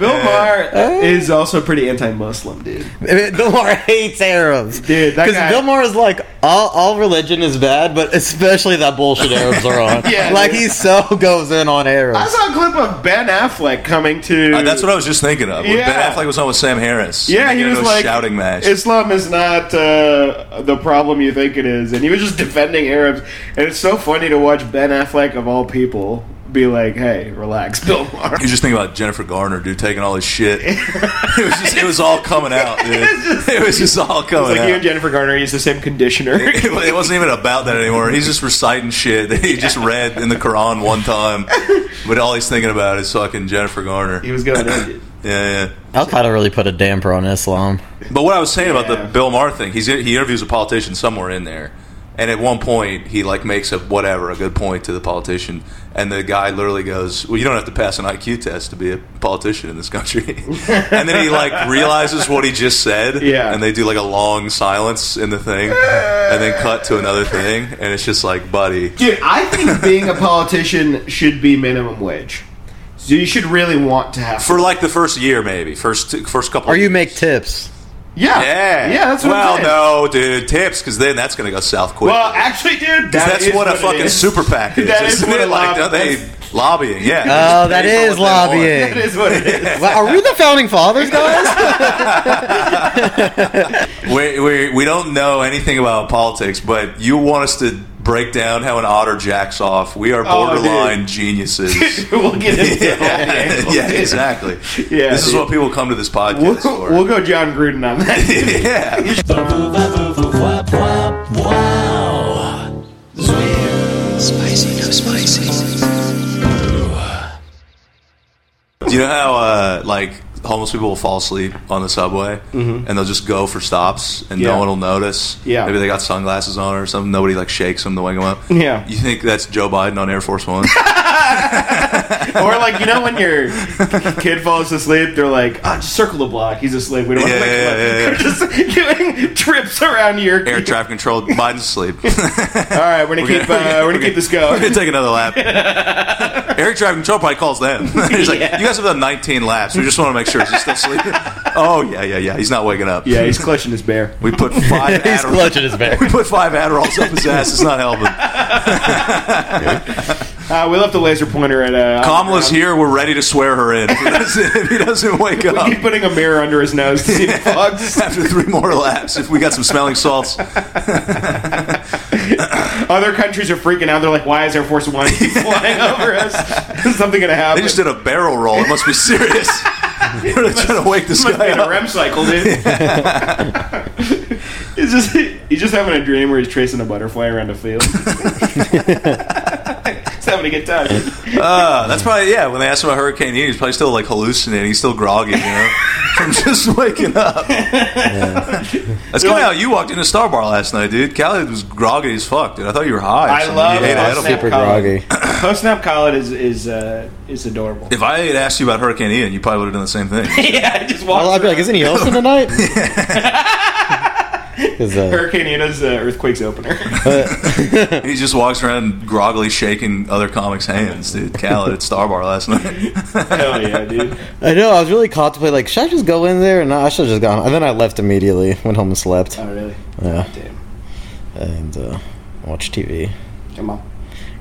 Bill Maher is also pretty anti-Muslim, dude.
[laughs] Bill Maher hates Arabs,
Dude, that guy-
Bill Maher is like all, all religion is bad, but especially that bullshit Arabs are [laughs] on.
Yeah,
like
dude.
he so goes in on
I
Arabs.
saw a clip of Ben Affleck coming to.
Uh, that's what I was just thinking of. When
Yeah.
Ben Affleck was on with Sam Harris.
Yeah,
They
he
get
was
into a
like
shouting match.
Islam is not uh, the problem you think it is, and he was just [laughs] defending Arabs. And it's so funny to watch Ben Affleck of all people be like, "Hey, relax, [laughs] Bill
[laughs]
Maher."
You just think about Jennifer Garner, dude, taking all his [laughs] shit. it was just, it was all coming out, dude. It was just all
It's
coming
like you and
out.
Jennifer Garner use the same conditioner.
[laughs] It wa- it wasn't even about that anymore. He's just reciting shit that he just read in the Quran one [laughs] time, but all he's thinking about is fucking Jennifer Garner.
he was going in.
Yeah, yeah.
Al Qaeda really put a damper on Islam.
But what I was saying about
Yeah.
the Bill Maher thing, he's he interviews a politician somewhere in there, and at one point he like makes a whatever a good point to the politician, and the guy literally goes, "Well, you don't have to pass an IQ test to be a politician in this country," [laughs] and then he like realizes what he just said,
Yeah.
and they do like a long silence in the thing, and then cut to another thing, and it's just like, buddy,
Dude, I think being a politician should be minimum wage. So you should really want to have
for like the first year maybe, first two, first couple,
Or you
years.
make tips.
yeah,
yeah,
yeah. That's what
well,
I'm saying.
no, dude, tips because then that's gonna go south quick.
Well, actually, dude,
Because
that
that's
is
what, a
it
fucking
is.
super PAC is.
[laughs] That is
isn't
what
it?
a
Like,
lob-
don't they lobbying? Yeah.
Oh, that
They
is
call it what they want.
lobbying.
[laughs] That is what it is.
Wow, Are we the founding fathers, guys?
[laughs] We, we, we don't know anything about politics, but you want us to break down how an otter jacks off. We are
Oh, dude.
borderline
[laughs]
geniuses. [laughs]
we'll get into it.
yeah, [laughs] yeah, exactly.
Yeah,
this is
dude.
what people come to this
We'll,
podcast for.
we'll go John Gruden on that.
[laughs] yeah.
Spicy, no spicy.
Do you know how uh, like homeless people will fall asleep on the subway and they'll just go for stops and
Mm-hmm. Yeah.
no one will notice?
Yeah.
Maybe they got sunglasses on or
[laughs]
something. Nobody like shakes them to wake them up.
Yeah. [laughs]
You think that's Joe Biden on Air Force One?
or like you know when your
[laughs]
kid falls asleep, they're like, "Ah, just circle the block. He's asleep. We don't
Yeah,
want to wake him up."
yeah, yeah, yeah.
They're just [laughs] doing trips around your.
Air traffic control, Biden's asleep.
[laughs] All right, we're gonna
[laughs] We're
keep
gonna-
uh, we're gonna keep this
We're
going.
gonna take another
[laughs]
lap. [laughs] Eric Traffic Control probably calls them. [laughs] He's like, "You guys have done 19 laps. We just want to make sure is he still
[laughs]
sleeping." oh yeah, yeah, yeah. He's not waking up.
[laughs] Yeah, he's clutching his bear.
we
[laughs]
put five.
[laughs] He's
Adderall-
clutching his [laughs] bear.
[laughs] We put five Adderalls up his ass. It's not helping.
Uh, we left the laser pointer at. Uh,
[laughs] Kamala's
Oliver
here. We're ready to swear her in if
[laughs]
he doesn't, if he doesn't wake
Brown.
up
Keep putting a mirror under his nose to see if
[laughs]
it fogs.
after three more laps. If we got some smelling salts,
Other countries are freaking out. They're like, "Why is Air Force One [laughs] keep flying over us? [laughs] Is something gonna happen?"
they just did a barrel roll. It must be
[laughs]
serious. They're really trying to wake this
must
guy
be in a
up.
REM cycle, [laughs] dude. he's just he's just having a dream where he's chasing a butterfly around a field. [laughs] he's having a good time.
Uh, that's probably yeah. When they asked him about Hurricane Ian, he's probably still like hallucinating. He's still groggy, you know,
[laughs]
from just waking up. That's kind of how you walked into Star Bar last night, dude. Callie was groggy as fuck, dude. I thought you were high. or
I
something.
love
you ate an
post
edible.
snap
Super
collard.
groggy.
Post Oh, snap collard is is uh, is adorable.
If I had asked you about Hurricane Ian, you probably would have done the same thing.
[laughs] yeah, I just
I'll,
walked.
I'll be like, isn't he Elson [laughs] tonight? 'Cause, uh,
Hurricane Ina's uh, earthquakes [laughs] opener.
he just walks around groggily shaking other comics' hands, dude. Callie at Star Bar last night.
Hell yeah, dude.
[laughs] I know. I was really contemplating, like, should I just go in there? And I should have just gone. And then I left immediately. Went home and slept
Oh really?
Yeah.
Damn.
and uh, watched TV.
Come on.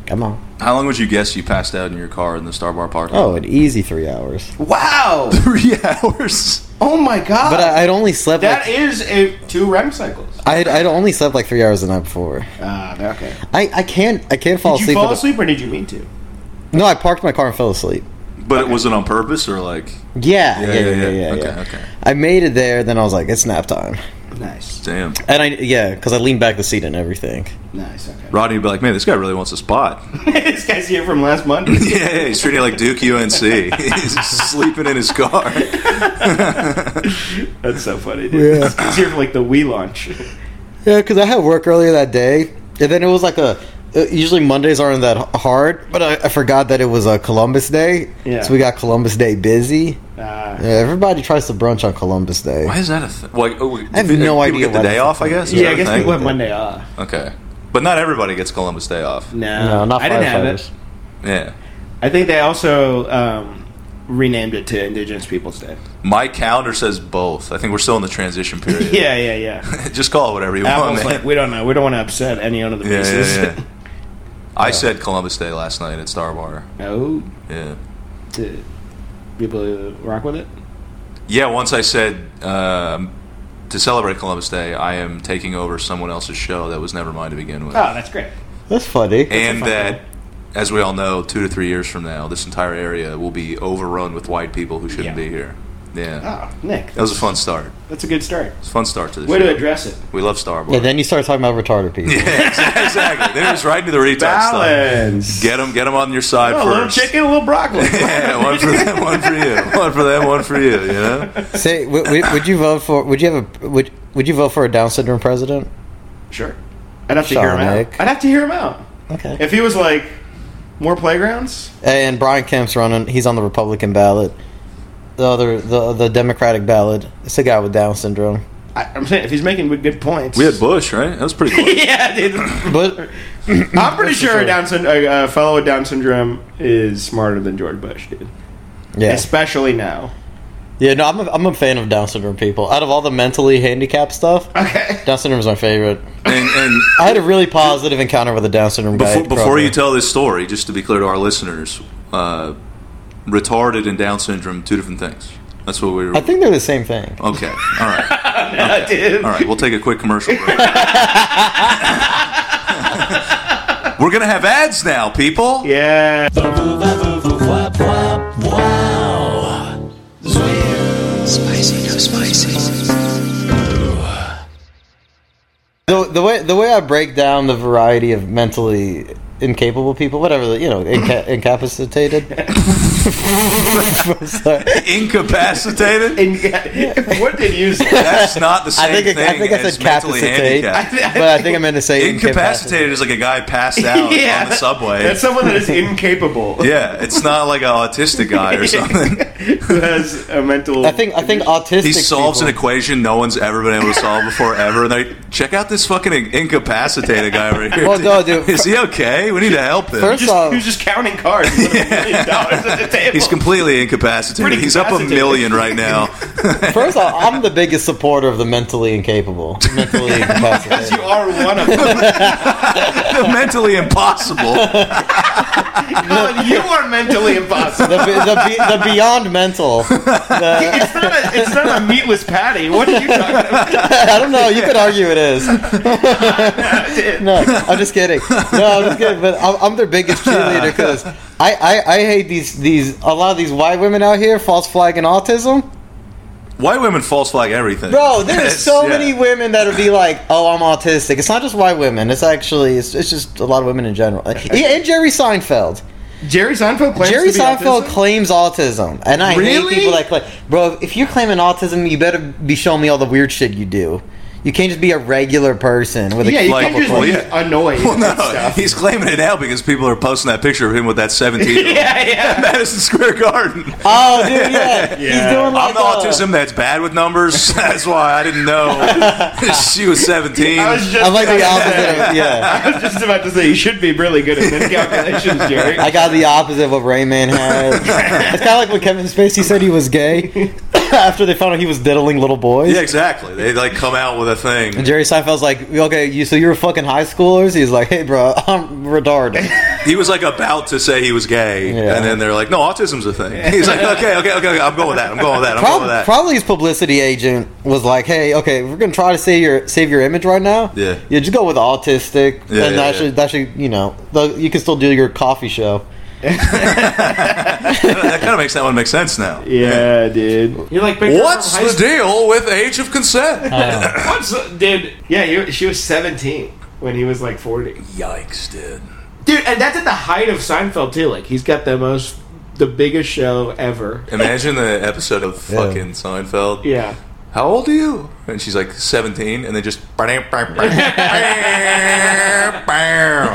Come on.
How long would you guess you passed out in your car in the Star Bar parking? lot? [laughs]
Oh, an easy three hours.
Wow.
three hours.
Oh my god.
But I, I'd only slept.
that
Like,
is a, two REM cycles.
I'd, I'd only slept like three hours the night before.
Ah, okay.
I, I can't I can't fall
Did you
asleep.
fall
with a-
asleep or did you mean to?
no, I parked my car and fell asleep.
But it was it on purpose or like?
Yeah, yeah, yeah, yeah, yeah.
okay,
yeah.
okay.
I made it there. Then I was like, it's nap time.
Nice.
Damn.
And I yeah, because I leaned back the seat and everything.
Nice. Okay.
Rodney would be like, man, this guy really wants a
[laughs]
spot.
[laughs] this guy's here from last Monday.
yeah, yeah, he's treating it like Duke UNC. he's sleeping in his
[laughs]
car.
[laughs] That's so funny, [laughs] dude.
Yeah.
He's here for like the Wii launch. [laughs] Uh,
Yeah, because I had work earlier that day, and then it was like a. uh, Usually Mondays aren't that h- hard, but I, I forgot that it was a Columbus Day.
Yeah.
So we got Columbus Day busy.
Uh,
Yeah, everybody tries to brunch on Columbus Day.
Why is that a thing? Like, oh,
I have
do people
no idea
Get the
why
day
that's a
off, I
thing.
guess. Is
yeah,
that
I
a
guess
thing?
people have Monday off.
Okay, but not everybody gets Columbus Day off.
No,
No, not
Um, I didn't have
firefighters.
it.
Yeah,
I think they also um, renamed it to Indigenous Peoples Day.
my calendar says both. I think we're still in the transition period.
Yeah,
[laughs]
yeah, [laughs] yeah.
Just call it whatever you want,
Apple's
Oh, man.
like, we don't know. We don't want to upset any one of the
yeah, [laughs]
pieces.
yeah,
[laughs]
yeah. I said Columbus Day last night at Star Bar.
no,
Yeah.
to people who rock with it.
Yeah, once I said um, to celebrate Columbus Day, I am taking over someone else's show that was never mine to begin with,
Oh, that's great.
That's funny.
and
fun
that,
one.
as we all know, two to three years from now, this entire area will be overrun with white people who shouldn't
Yeah.
be here. Yeah,
Oh, Nick,
that was a fun start.
that's a good start.
It's a fun start to the
Way
show.
to address it.
we love Star Wars.
yeah, then you start talking about retarded people.
[laughs] exactly. They're just right
[laughs]
into the retard stuff.
Balance. Oh,
Get them, on your side
a little
first.
chicken, a little broccoli.
[laughs] Yeah,
[laughs]
one for them, one for you, one for them, one for you. You know.
Say, w- w- would you vote for? Would you have a? Would Would you vote for a Down syndrome president?
Sure. I'd have to hear him
Sonic.
out. I'd have to hear him out.
Okay.
If he was like more playgrounds,
and Brian Kemp's running. He's on the Republican ballot. The other, the the Democratic ballot. It's a guy with Down syndrome.
I, I'm saying if he's making good points,
We
[laughs]
had Bush, right? That was pretty cool.
yeah, dude.
But
I'm pretty sure
sure.
a Down syn- a, a fellow with Down syndrome is smarter than George Bush, dude.
yeah,
Especially now.
yeah. No, I'm a, I'm a fan of Down syndrome people. Out of all the mentally handicapped stuff,
Okay.
Down syndrome is my favorite.
And, and
I had a really positive encounter with a Down syndrome guy.
Before,
at
before
Kroger.
you tell this story, just to be clear to our listeners, uh, retarded and Down syndrome, two different things. That's what we were.
I think they're the same thing.
okay. All right.
[laughs] Yeah, dude.
All right. We'll take a quick commercial
[laughs]
break. We're going to have ads now, people.
[laughs] Yeah.
Spicy, no spicy.
The, the way the way I break down the variety of mentally incapable people, whatever, the- you know, inca-
[laughs]
incapacitated. Sorry. [laughs]
Incapacitated?
[laughs] what did you say?
[laughs] That's not the
I
same
think it-
thing
I think I
as
said
mentally
capacitate, but
handicapped.
I think I'm going to say
Incapacitated is like a guy
[laughs]
passed out
[laughs] Yeah.
on the subway.
That's someone that is incapable.
[laughs] yeah, it's not like an autistic guy
[laughs]
or something.
[laughs] Who has a mental.
I think I think autistic.
He solves an
people-
equation no one's ever been able to solve before ever. And they check out this fucking incapacitated guy right here.
Well, no, dude.
Is he okay? We need to help him.
First
Just,
off,
who's just counting cards? He's got
[laughs]
a million dollars at the table.
He's completely incapacitated.
Pretty
He's up a
incapacitated.
million right now.
[laughs] first off, I'm the biggest supporter of the mentally incapable,
[laughs]
mentally incapacitated.
You are one of them.
Mentally impossible.
Colin, you are mentally impossible.
the, be- the, be- the beyond mental.
It's not, a, it's not a meatless patty. What are you talking about?
I don't know. You could argue it
[laughs]
is. no, I'm just kidding. No, I'm just kidding. But I'm, I'm their biggest cheerleader because I, I, I hate these these a lot of these white women out here false flag and autism.
White women false flag everything.
Bro, there's
It's-
so
yeah.
many women that'll be like, "Oh, I'm autistic." It's not just white women. It's actually it's, it's just a lot of women in general. Like, yeah, and Jerry Seinfeld.
Jerry Seinfeld claims
Jerry
to be
Seinfeld
autistic?
claims autism, and I
Really?
hate people that claim. Bro, if you're claiming autism, you better be showing me all the weird shit you do. You can't just be a regular person with a
Yeah, you
Like,
can't just
well,
be
yeah.
annoyed.
[laughs] Well,
and
no,
stuff.
he's claiming it now because people are posting that picture of him with that 17
[laughs]
year old
[laughs] yeah, yeah.
Madison Square Garden.
Oh,
[laughs]
dude, yeah. He's doing
I'm
like
the
a-
autism that's bad with numbers. [laughs] That's why I didn't know [laughs] she was 17.
I was just
I'm like the
about to
opposite
say-
of yeah.
I was just about to say you should be really
[laughs]
good at miscalculations, Jerry.
I got the opposite of what
[laughs]
Rayman had. it's kind of like when Kevin Spacey said he was gay [laughs] after they found out he was diddling little boys.
yeah, exactly. They like come out with a thing.
And Jerry Seinfeld's like, okay, you so you're fucking high schoolers? He's like, hey, bro, I'm retarded.
He was like about to say he was gay,
Yeah.
and then they're like, "No, autism's a thing." He's like, "Okay, okay, okay, okay. I'm going with that. I'm going with that. I'm going
Prob-
with that."
probably his publicity agent was like, "Hey, okay, we're gonna try to save your save your image right now.
Yeah.
yeah, just go with autistic,
Yeah,
and
yeah,
that
yeah.
should that should you know th- you can still do your coffee show.
that kind of makes that one make sense now.
yeah, dude. You're like Big Girl
What's
from high
the deal with age of consent?
Uh,
school. What's the- dude? Yeah, you, she was 17 when he was like 40.
Yikes, dude.
Dude, and that's at the height of Seinfeld too. Like he's got the most, the biggest show ever.
Imagine the episode of
Yeah.
fucking Seinfeld.
Yeah.
How old are you? And she's like 17, and they just. [laughs] and,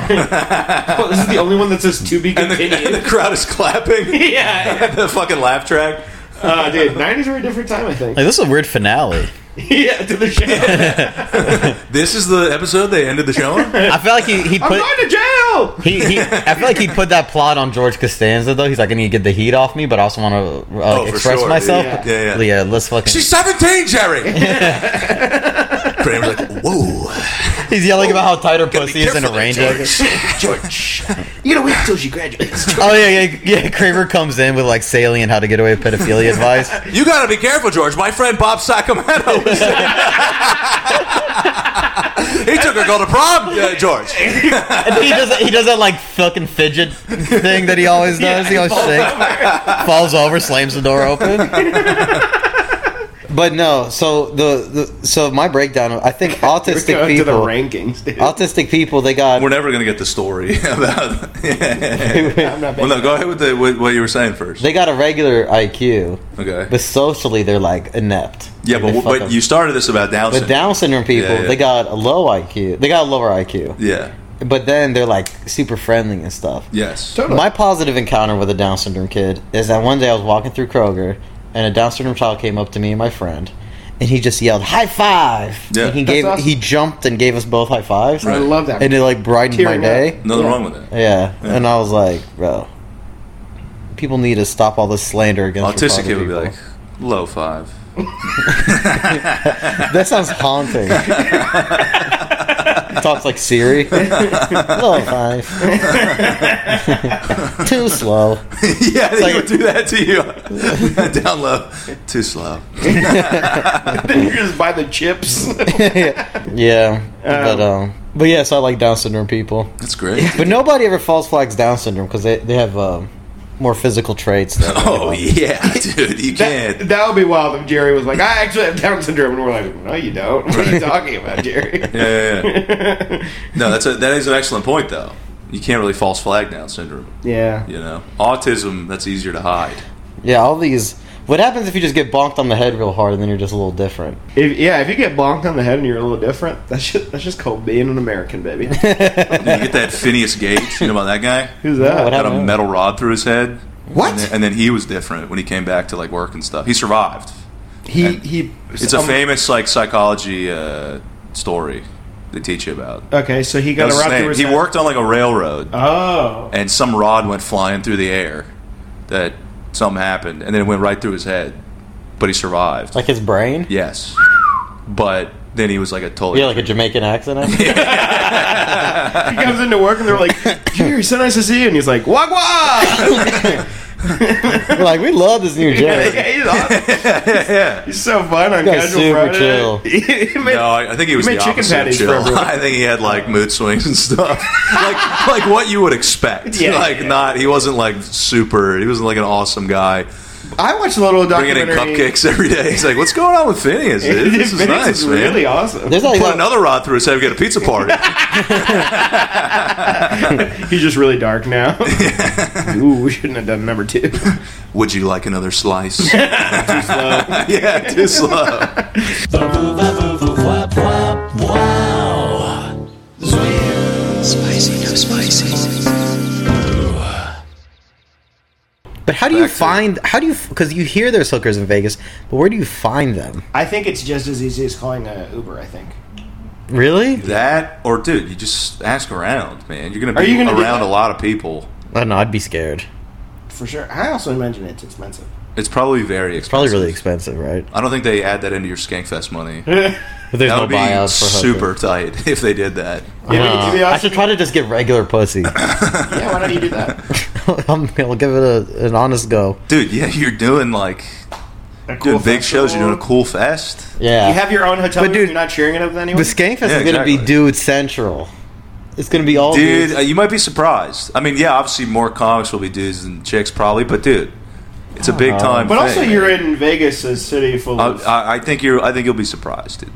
Well, [laughs] this is the only one that says to be
the, [laughs] and the
continued.
crowd is clapping.
[laughs]
[laughs]
yeah.
the fucking laugh track.
Uh, dude, 90s were a different time, I think.
Like, this is a
[laughs]
weird finale.
[laughs] yeah, to the show.
This is the episode they ended the show
[laughs]
on?
I feel like he he
I'm
put
going to jail.
he, he I feel like he put that plot on George Costanza though. He's like, I need to get the heat off me, but I also want to uh,
Oh, for
express
sure,
myself.
yeah. Yeah, yeah.
let's fucking.
She's 17, Jerry! Kramer's like, whoa.
he's yelling about how tighter
Gotta be
pussy is in a
careful there,
rain jacket.
George. George.
You gotta wait until she graduates.
Oh yeah, yeah, yeah. Kramer comes in with like salient how to get away with pedophilia advice.
[laughs] You gotta be careful, George. My friend Bob Sacramento was [laughs] He took her girl to prom, uh, George.
And he does he does that like fucking fidget thing that he always does. he always shakes, falls over, slams the door open. but no, so the, the so my breakdown. I
[laughs]
think
We're
autistic
going to the
people,
rankings, dude.
autistic people, they got.
We're never gonna get the story [laughs] about.
[laughs] I'm not
Well, no, go ahead with, the, with what you were saying first.
They got a regular IQ,
Okay.
but socially they're like inept.
Yeah,
They
but,
fuck
but
up.
you started this about Down
But
syndrome.
Down syndrome people,
Yeah, yeah.
they got a low IQ. They got a lower IQ,
Yeah.
but then they're like super friendly and stuff.
Yes.
My positive encounter with a Down syndrome kid is that one day I was walking through Kroger and a Down syndrome child came up to me and my friend and he just yelled high five.
Yeah.
And he
That's
gave
awesome.
he jumped and gave us both high fives.
Right.
I love that.
And it like brightened
Tearing
my
up.
day.
Nothing
[laughs]
wrong with that.
Yeah.
Yeah.
And I was like, bro, people need to stop all this slander against
Autistic
retarded
kid would be
people.
like, low five.
That sounds
[laughs]
haunting. Talks like Siri. Low five. Too slow.
[laughs]
[laughs]
yeah, they
like-
would do that to you. [laughs] Down low. Too [laughs] slow.
Then you just buy the
[laughs]
chips. [laughs]
Yeah. but um but yeah, so I like Down syndrome people.
That's great. [laughs]
But nobody ever false flags Down syndrome because they, they have um, more physical traits. Than
Oh, yeah, dude. You
that,
can't.
that would be wild if Jerry was like, I actually have Down syndrome. And we're like, no,
[laughs]
you don't. What are you talking about, Jerry?
Yeah, yeah, yeah. No, that's a, that is an excellent point, though. you can't really false flag down syndrome.
[laughs] Yeah.
You know, autism that's easier to hide.
Yeah, all these. What happens if you just get bonked on the head real hard and then you're just a little different?
If, yeah, if you get bonked on the head and you're a little different, that's just, that's just called being an
[laughs]
American, baby.
You get that Phineas Gage, you know about that guy?
Who's that?
what
Got a
happened?
metal rod through his head.
What?
And then, and then he was different when he came back to like work and stuff. He survived.
he he. um,
It's a famous like psychology uh, story they teach you about.
Okay, so he
That
got
was
a
his
rod through
name.
his
He
head.
worked on like a railroad,
Oh,
and some rod went flying through the air. That something happened, and then it went right through his head, but he survived.
Like his brain?
yes, but then he was like a total. [laughs]
Yeah, like a Jamaican accent.
he comes into work and they're like, "Jerry, so nice to see you," and he's like, "Wah
[laughs]
wah."
We're like, we love this new Jerry.
he's, awesome. he's so fun on
Guy's
casual
super
Friday.
chill.
[laughs] He made-
No, I, I think he was
made
the
chicken
opposite of
patties for
chill. [laughs]
everyone.
I think he had like mood swings and
[laughs]
stuff, like like what you would expect.
Yeah,
like
yeah.
not he wasn't like super. He wasn't like an awesome guy
I watched a little
bringing in
documentary. [laughs]
cupcakes every day. He's like, what's going on with Phineas? dude? This is
Phoenix
nice,
is
man.
really awesome.
There's like
Put
that,
another rod through his head. We get a pizza party.
He's just really
[laughs]
dark now. Ooh, we shouldn't have done number two.
Would you like another slice? too slow. [laughs] yeah, too slow.
Spicy, no spicy.
But how do you
Back to-
find? How do you? Because you hear there's hookers in Vegas, but where do you find them?
I think it's just as easy as calling a Uber. I think.
Really?
That or dude, you just ask around, man. You're gonna
Are
be
you gonna do
around
that?
a lot of people.
I don't know. I'd be scared.
For sure. I also imagine it's expensive.
It's probably very expensive.
Probably really expensive, right?
I don't think they add that into your Skankfest money.
But there's
That
no
would
buyouts
be
for
super
hookers.
tight [laughs] if they did that.
Yeah,
Uh, I should try to just get
[coughs]
regular pussy.
yeah, why don't you do
[laughs]
that?
[laughs] I'm, I'll give it a, an honest go.
Dude, yeah, you're doing like
A
doing big shows. You're
festival.
doing a cool fest.
Yeah.
You have your own hotel,
But
but
dude-
dude, you're not sharing it with anyone.
But Skankfest
Yeah,
is going to be
exactly.
dude central. It's going to be all
Dude,
dudes.
uh, you might be surprised. I mean, yeah, obviously more comics will be dudes than chicks, probably, but dude, it's a big time.
But also,
thing.
you're in Vegas, a city full
I,
of.
I- I think you're. I think you'll be surprised, dude.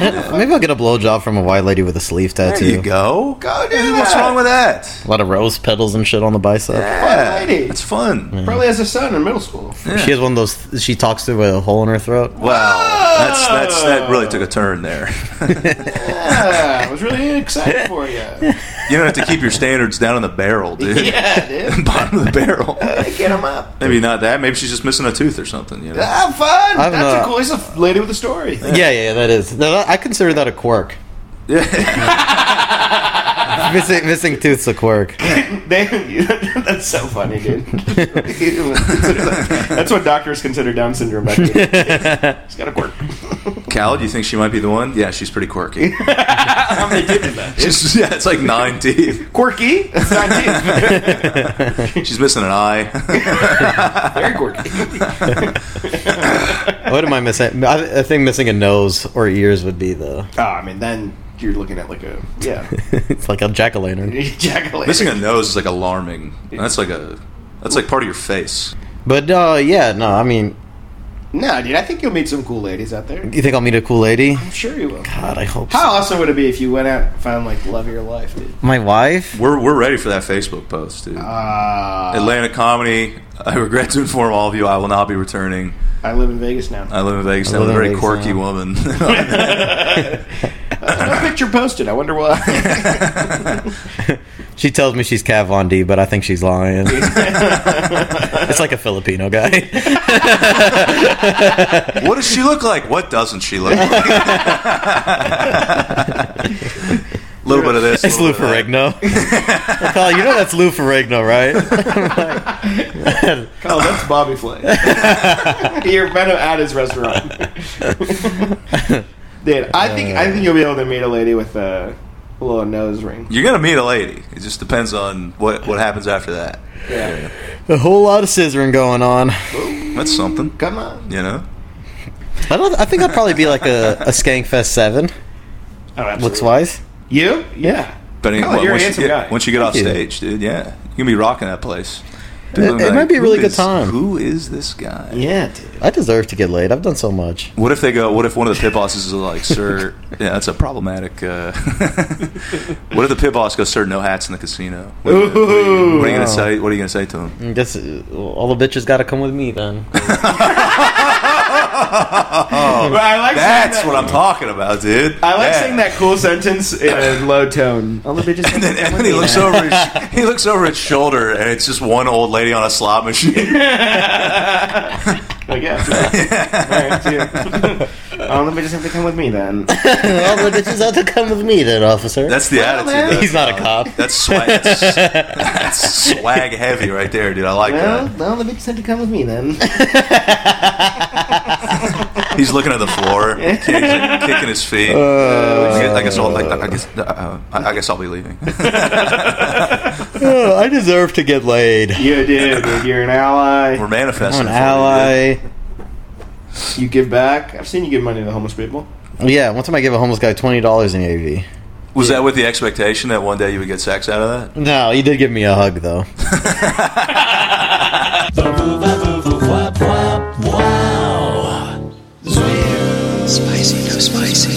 Maybe I'll get a blowjob from a white lady with a sleeve
There
tattoo.
you go. Go,
do
What's
that.
wrong with that?
A lot of rose petals and shit on the bicep.
Yeah,
lady.
It's fun.
probably has a son in middle [laughs] school.
She has one of those. She talks through a hole in her throat.
Wow, that's that's that really
Ah.
took a turn there. [laughs]
Yeah, I was really excited for you.
[laughs]
you don't have to keep your standards down in the barrel, dude.
[laughs] Yeah,
[laughs]
dude.
Bottom of the barrel.
Get him up.
Maybe not that. Maybe she's just missing a tooth or something. You know? [laughs]
Have fun.
I'm
That's
not-
a cool. He's a lady with a story. [laughs]
Yeah, yeah, yeah, that is. No, that- I consider that a quirk. missing missing tooth's a
[laughs]
quirk.
They, [laughs] that's so funny, dude. [laughs] that's what doctors consider Down syndrome. [laughs] Back then. He's got a quirk.
Cal, do you think she might be the one? Yeah, she's pretty quirky.
[laughs] How many teeth is that?
She's- yeah, it's like
[laughs]
nine teeth.
Quirky. It's not teeth.
She's missing an eye.
[laughs] Very [laughs] quirky.
What am I missing? I, I think missing a nose or ears would be the. [laughs]
Oh, I mean, then you're looking at like a yeah, [laughs]
It's like a jack o' lantern.
jack o' lantern.
Missing a nose is like alarming. That's like a that's like part of your face.
But uh, yeah, no, I mean,
No, dude, I think you'll meet some cool ladies out there.
you think I'll meet a cool lady?
I'm sure you will.
God, I hope
How awesome would it be if you went out and found like the love of your life, dude?
so. My wife?
We're we're ready for that Facebook post, dude.
Uh,
Atlanta comedy. I regret to inform all of you, I will not be returning.
I live in Vegas now.
I live in Vegas.
I
I'm a
live in
very
Vegas
quirky
now.
[laughs]
woman. [laughs]
no picture posted. I wonder
[laughs]
why.
She tells me she's Kat Von D, but I think she's lying. it's like a Filipino guy.
what does she look like? What doesn't she look
[laughs]
like? A little bit of this.
It's Lou
little bit of that.
Ferrigno. I call you, you know that's Lou Ferrigno, right? [laughs]
oh, that's
[laughs]
Bobby Flay. You're better at his restaurant, dude. I think
Uh.
I think you'll be able to meet a lady with a little nose ring.
You're gonna meet a lady. It just depends on what what happens after that.
Yeah,
A whole lot of scissoring going on.
That's something.
come on.
You know.
I don't. I think I'd probably be like a, a Skankfest seven
Oh, absolutely.
looks wise.
You? Yeah.
But
Oh, you're a
once,
handsome
you get,
guy.
once you get off
you.
stage, dude, yeah, you can be rocking that place. People are
It- it
like,
might be a
"Who
really good
is-
time."
Who is this guy?
Yeah, dude. I deserve to get laid. I've done so much.
What if they go? What if one of the pit bosses is like, "Sir, [laughs] yeah, that's a problematic." Uh, [laughs] what if the pit boss goes, "Sir, no hats in the casino." What are you, what are you- what are you gonna say? What are you gonna say to him?
I guess uh, all the bitches got to come with me then.
Oh, But I like
That's
saying that,
what I'm talking about, dude.
I like
Yeah.
saying that cool sentence in a low tone. All
[laughs]
the bitches.
And then, and then he looks over. His, he looks over his shoulder, and it's just one old lady on a slot
[laughs]
machine.
Like, yeah,
[laughs]
all right, [laughs] yeah. All the bitches have to come with Oh, me [laughs] then.
[laughs] all the bitches have to come with me then, officer.
That's the attitude.
He's
That's,
not a cop.
that's swag. That's, that's swag heavy right there, dude. I like
Well, all the bitches have to come with me then.
that. He's looking at the
[laughs]
floor, kicking, kicking his feet.
Uh,
I guess- I guess I'll. I I guess. Uh, I I guess I'll be
[laughs]
leaving.
[laughs] Oh, I deserve to get laid.
You do, dude. You're an ally.
We're manifesting. for
I'm an
you, dude.
ally.
You give back. I've seen you give money to homeless people.
Yeah, one time I gave a homeless guy twenty dollars in AV.
Was that with the expectation that one day you would get sex out of that?
No, he did give me a hug though.
Spicy, no spicy.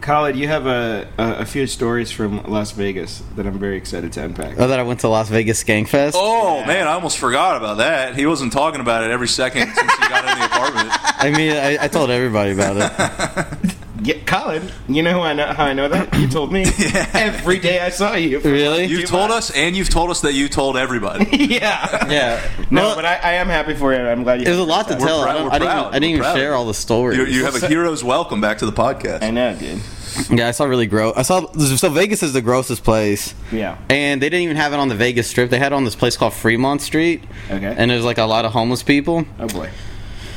Khalid, you have a, a, a few stories from Las Vegas that I'm very excited to unpack.
Oh, that I went to Las Vegas Skank Fest.
Oh man, I almost forgot about that. He wasn't talking about it every second since he got in
[laughs]
the apartment.
I mean, I, I told everybody about it.
Yeah, Colin, you know, who I know how I know that? You told [laughs] me every day I saw you.
Really?
You've told us, and you've told us that you told everybody.
[laughs] Yeah.
yeah.
[laughs] No,
Well,
but I, I am happy for you. and I'm glad you.
it was a lot to
We're
tell.
proud-
I, don't-
we're
I didn't.
proud.
I didn't
We're
even
proud.
share all the stories.
you, you have a hero's welcome back to the
[laughs] I
podcast.
know, dude.
yeah, I saw really gross. I saw so Vegas is the grossest place.
Yeah.
And they didn't even have it on the Vegas Strip. They had it on this place called Fremont Street.
Okay.
And there's like a lot of homeless people.
Oh boy.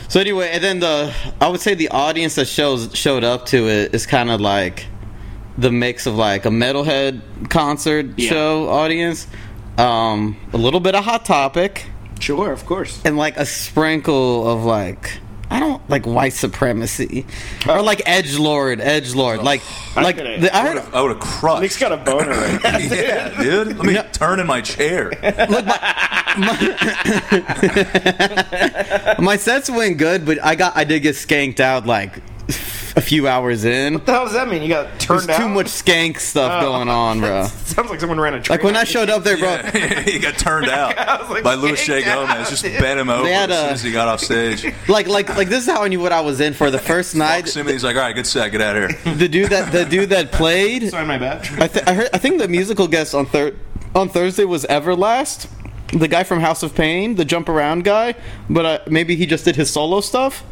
So anyway, and then the I would say the audience that shows showed up to it is kind of like the mix of like a metalhead concert
Yeah.
show audience, um, a little bit of Hot Topic,
Sure, of course.
and like a sprinkle of like. I don't like white supremacy
Oh.
or like edge lord, edge lord, like like
gonna-
the, I heard
I would have
Nick's
crushed.
got a boner. Right [laughs] now.
[laughs] yeah, dude. Let me turn in my
[laughs]
chair.
my sets went good, but I got I did get skanked out like a few hours in.
the hell does that mean? You got
There's
turned out. Oh.
too much skank stuff going on, bro.
Sounds like someone ran a train.
Like when I showed up there, bro.
[laughs] he got turned
[laughs]
out
was like,
by Luis J.
"Kicked out,
Gomez. Just
dude."
bent him over
had
as
a-
soon as he got off
[laughs]
stage.
Like, like, like. This is how I knew what I was in for. The first night,
Simi's like, all right, good set, get out of here.
the dude that the dude that played.
[laughs] Sorry, my bad.
I, th- I heard. I think the musical guest on third on Thursday was Everlast, the guy from House of Pain, the jump around guy. But uh, maybe he just did his solo stuff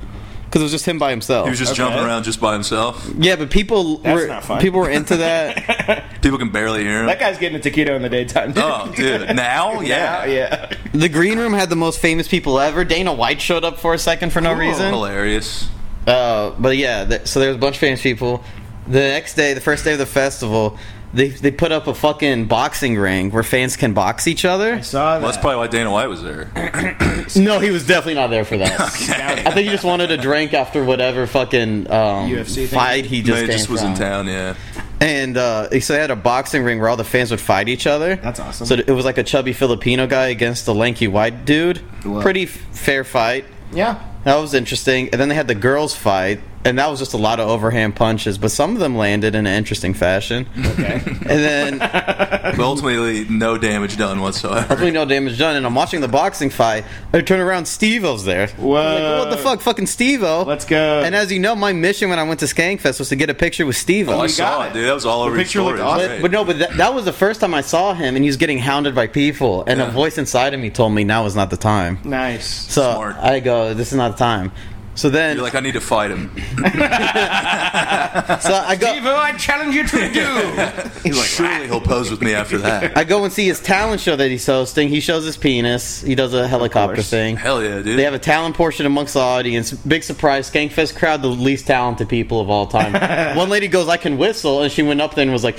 because it was just him by himself.
He was just jumping around just by himself.
yeah, but people were
not fun.
people were into
[laughs]
that.
People can barely hear
[laughs] That
him.
guy's getting a taquito in the daytime. dude.
Oh, dude. Now?
[laughs]
Yeah.
Yeah, yeah.
the green room had the most famous people ever. Dana White showed up for a second for no reason.
Hilarious.
Uh, but yeah, th- so there was a bunch of famous people. The next day, the first day of the festival, they they put up a fucking boxing ring where fans can box each other.
Saw
Well, that's probably why Dana White was there.
No, he was definitely not there for that. [laughs] I think he just wanted a drink after whatever fucking um,
UFC thing?
fight he
Just,
just came
just was in
from.
town, yeah.
And uh, so they had a boxing ring where all the fans would fight each other.
That's awesome.
So it was like a chubby Filipino guy against the lanky white dude.
Wow.
Pretty f- fair fight.
yeah.
That was interesting. And then they had the girls fight, and that was just a lot of overhand punches, but some of them landed in an interesting fashion.
Okay.
[laughs] and then
But ultimately, no damage done whatsoever.
hopefully no damage done. And I'm watching the boxing fight. I turn around, Steve O's there.
Whoa.
Like, what the fuck? Fucking Steve O.
Let's go.
And as you know, my mission when I went to Skankfest was to get a picture with Steve O.
I
Oh, you got
saw
it.
it, dude. That was all over your
picture
story.
looked
It was
awesome.
great.
But no, but that, that was the first time I saw him, and he was getting hounded by people. And a voice inside of me told me now is not the time.
nice.
So
Smart.
I go, this is not the time. So then,
You're like, I need to fight
[laughs]
him. [laughs]
so I
[laughs]
go.
Evo, I challenge you to do.
He's like, surely he'll pose with me after that.
[laughs] I go and see his talent show that he's hosting. He shows his penis. He does a helicopter
course.
thing.
Hell yeah, dude.
They have a talent portion amongst the audience. Big surprise, Skankfest crowd, the least
[laughs]
talented people of all time. One lady goes, "I can whistle," and she went up there and was like,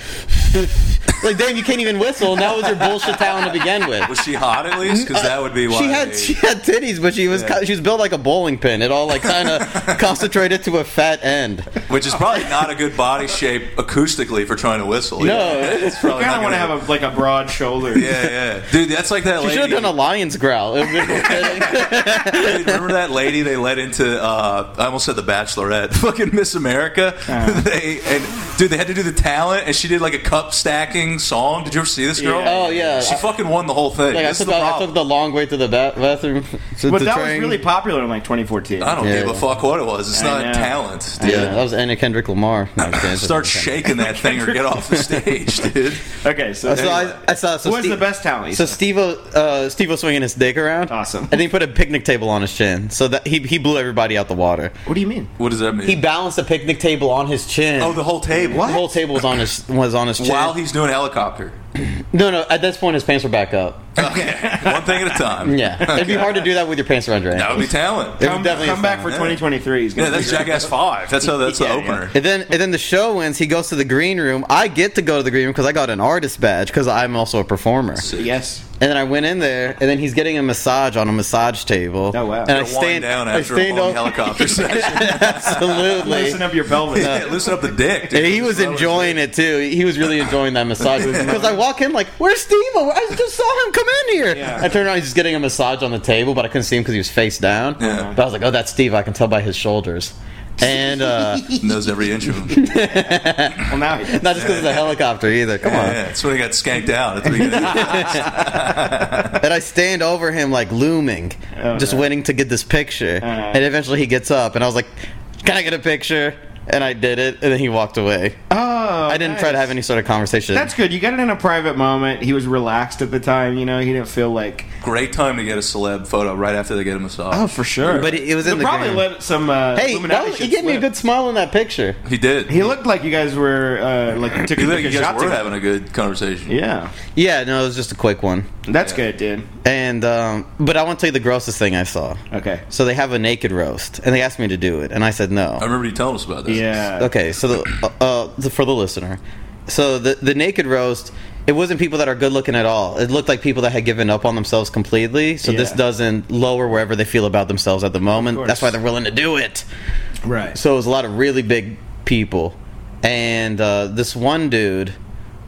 [laughs] Like, damn, you can't even whistle. And that was your bullshit talent to begin with.
Was she hot at least? Because that would be why.
She had she had titties, but she was
Yeah.
ki she was built like a bowling pin. It all like kind of
[laughs]
concentrated to a fat end.
which is probably not a good body shape acoustically for trying to whistle.
No.
it's probably not
kind of want
gonna
to have a, like a broad shoulder.
Yeah, yeah, dude, that's like that
She
lady.
should have done a lion's growl. It would've been
[laughs]
fitting.
Dude, remember that lady they let into? Uh, I almost said the Bachelorette, [laughs] fucking Miss America. [laughs]
Uh-huh.
they and dude, they had to do the talent, and she did like a cup stacking song. Did you ever see this girl?
Oh, yeah.
she
I-
fucking won the whole thing.
like I
That's
took,
the
the, I took
problem.
the long way to the ba- bathroom. to
But
the
that was
train.
really popular in like 2014.
I don't
Yeah.
give a fuck what it was. It's
I
not
know.
talent, dude.
yeah, that was Anna Kendrick Lamar. No, I'm just kidding.
Start shaking that thing or get
[laughs]
off the stage, dude.
Okay, so,
So I, I saw. So
who has
Steve-
the best talent?
So Steve, uh, Steve was swinging his dick around.
Awesome.
And he put a picnic table on his chin, so that he he blew everybody out the water.
what do you mean?
What does that mean?
He balanced the picnic table on his chin.
oh, the whole table.
The whole table was on his was on his chin.
While he's doing
[laughs]
helicopter.
no, no. At this point, his pants were back up.
Okay, one thing at a time.
Yeah, [laughs] it'd be hard to do that with your pants around
[laughs]
your
That
ankles.
would be talent.
It would
Come,
definitely
come
be
back
fun.
for 2023. He's gonna
Yeah, that's
figure it
Jackass Five. That's how. That's
Yeah,
the
yeah.
opener.
And then, and then the show ends. He goes to the green room. I get to go to the green room because I got an artist badge because I'm also a performer.
out. Yes.
And then I went in there, and then he's getting a massage on a massage table.
Oh, wow.
And I
Gotta wind
stand
down after
I stand
a long
up-
helicopter session.
[laughs] Absolutely.
Listen up your pelvis.
[laughs]
[laughs]
Yeah, loosen up the dick. Dude.
And he was enjoying it too. He was really enjoying
[laughs]
that massage because I walk in like, "Where's Steve? Oh, I just saw him come in here."
Yeah.
I turned around, he's just getting a massage on the table, but I couldn't see him because he was face down.
Yeah.
But I was like, "Oh, that's Steve. I can tell by his shoulders."
[laughs]
And uh,
knows every inch of
[laughs]
him. Yeah,
Well, now he does.
not just because of the helicopter either. Come on.
yeah, that's when he got skanked out. That's what he
[laughs]
got-
And I stand over him like looming,
Oh,
just
no. Uh-huh.
waiting to get this picture. And eventually he gets up, and I was like, "Can I get a picture?" And I did it, and then he walked away.
Oh,
I didn't try to have any sort of conversation.
That's good. You got it in a private moment. He was relaxed at the time. You know, he didn't feel like.
Great time to get a celeb photo right after they get a massage.
Oh, for sure.
But it- it was
They
in the
probably
gram.
let some. Uh,
hey,
Illuminati
that was-
shit
he gave me a
slip.
good smile in that picture.
He did.
Oh, He looked like you guys were uh, like took
He
a
looked like
big
you guys
shot
were
together.
having a good conversation.
Yeah,
Yeah, no, it was just a quick one.
that's good, dude.
And um, but I want to tell you the grossest thing I saw.
Okay.
So they have a naked roast, and they asked me to do it, and I said
I
no.
remember you telling us about this.
Yeah.
Okay, so the, uh, uh, the, for the listener, so the the naked roast, it wasn't people that are good looking at all. It looked like people that had given up on themselves completely. So this
Yeah.
doesn't lower wherever they feel about themselves at the moment.
course.
That's why they're willing to do it.
Right.
So it was a lot of really big people, and uh, this one dude,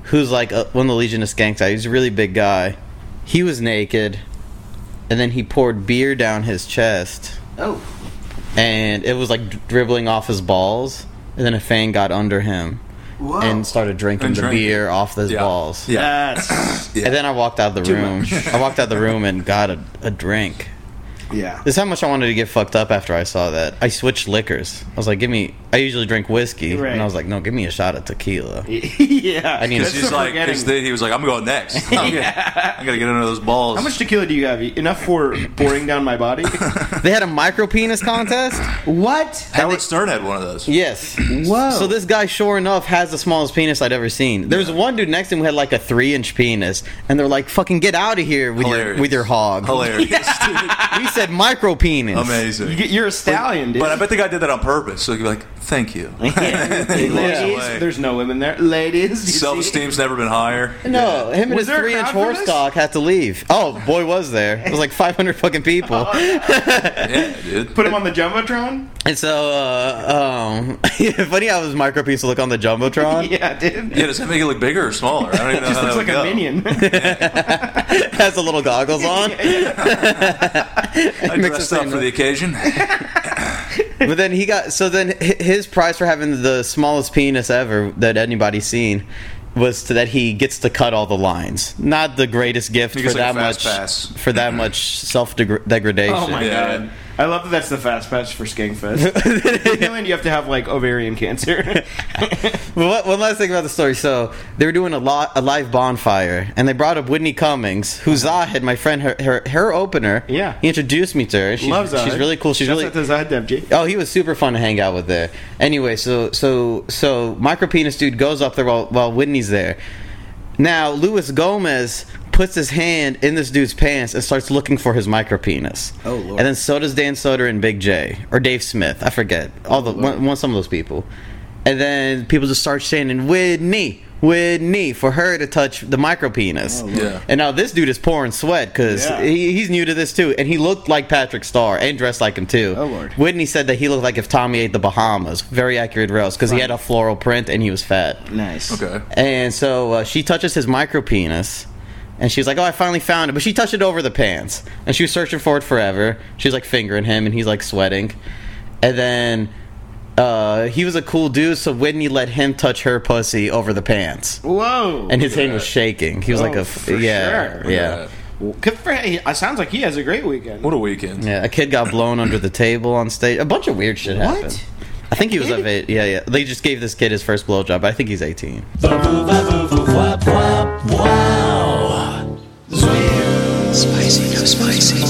who's like uh one of the Legion of Skanks, guy, he's a really big guy. He was naked, and then he poured beer down his chest,
Oh.
and it was like dribbling off his balls. And then a fan got under him and started drinking
And
the
drank it.
beer off his
Yeah.
balls.
Yeah.
Uh, That's
Yeah.
And then I walked out of the room. I walked out of the room and got a, a drink.
yeah.
This is how much I wanted to get fucked up after I saw that. I switched liquors. I was like, give me. I usually drink whiskey,
Right.
and I was like, no, give me a shot of tequila.
yeah.
I need
Because
That's
he's
the
like, [laughs] 'cause
forgetting-
then he was like, I'm going
[laughs]
next. I'm gonna, [laughs] I gotta get under those balls.
How much tequila do you have? Enough for pouring down my body?
They had a micro penis contest.
[gasps] what?
Howard Stern had one of those.
Yes.
Whoa.
So this guy, sure enough, has the smallest penis I'd ever seen. There was one dude next to him who had like a three-inch penis, and they're like, "Fucking get out of here with your
Hilarious.
with your hog."
[laughs]
Hilarious.
We said micro penis.
Amazing.
You get, you're a stallion, dude.
But I bet the guy did that on purpose. So he'd be like, thank
[laughs]
you. [laughs] He walks away.
Ladies, there's no women there. Ladies, you see-
Self esteem's never been higher.
No, him and
Was
his
there a
three-inch
crowd for
horse
this?
cock had to leave. Oh boy, was there! It was like 500 fucking
[laughs]
people.
Oh.
Yeah, dude.
Put him on the jumbotron.
And so, uh, um, [laughs] funny how his micro piece look on the jumbotron.
[laughs] Yeah, dude.
Yeah, does that make it look bigger or smaller? I don't even know.
Just
how
looks
that
like
would
a
go.
minion.
Has the little goggles
[laughs]
on.
I
Makes
dressed
the
up
same
for the occasion. [laughs]
But then he got so then hi- his prize for having the smallest penis ever that anybody's seen was to that he gets to cut all the lines. Not the greatest gift
He
for
gets, like,
that
a fast
much
pass.
for that
[laughs]
much self degradation.
Oh my
Yeah.
god. I love that that's the fast patch for Skankfest. In Finland, you have to have like ovarian cancer.
Well, what- one last thing about the story. So they were doing a, lot, a live bonfire, and they brought up Whitney Cummings, who Zahid, my friend, her her, her opener.
Yeah.
he introduced me to her. She's,
Loves
She's really cool. She's really
That's G.
Oh, he was super fun to hang out with there. Anyway, so so so micro penis dude goes up there while while Whitney's there. Now Luis Gomez puts his hand in this dude's pants and starts looking for his micro penis. Oh lord! And then so does Dan Soder and Big J or Dave Smith. Oh, I forget all the one, one some of those people. And then people just start chanting Whitney, Whitney for her to touch the micro penis.
Yeah.
And now this dude is pouring sweat because
Yeah.
he, he's new to this too, and he looked like Patrick Starr and dressed like him too.
Oh, Lord.
Whitney said that he looked like if Tommy ate the Bahamas. Very accurate roast because he had a floral print and he was fat.
Nice.
Okay.
And so uh, she touches his micro penis. And she's like, "Oh, I finally found it!" But she touched it over the pants, and she was searching for it forever. She's like fingering him, and he's like sweating. And then uh, he was a cool dude, so Whitney let him touch her pussy over the pants,
Whoa.
and his hand was shaking. He was like a
Oh,
f-
for
yeah,
sure.
yeah,
Good for him. It sounds like he has a great weekend.
What a weekend.
yeah. A kid got blown under the table on stage. A bunch of weird shit
What?
happened. I think he was of eight. Yeah, yeah. They just gave this kid his first blowjob. but I think he's eighteen.
Spicy, no spicy.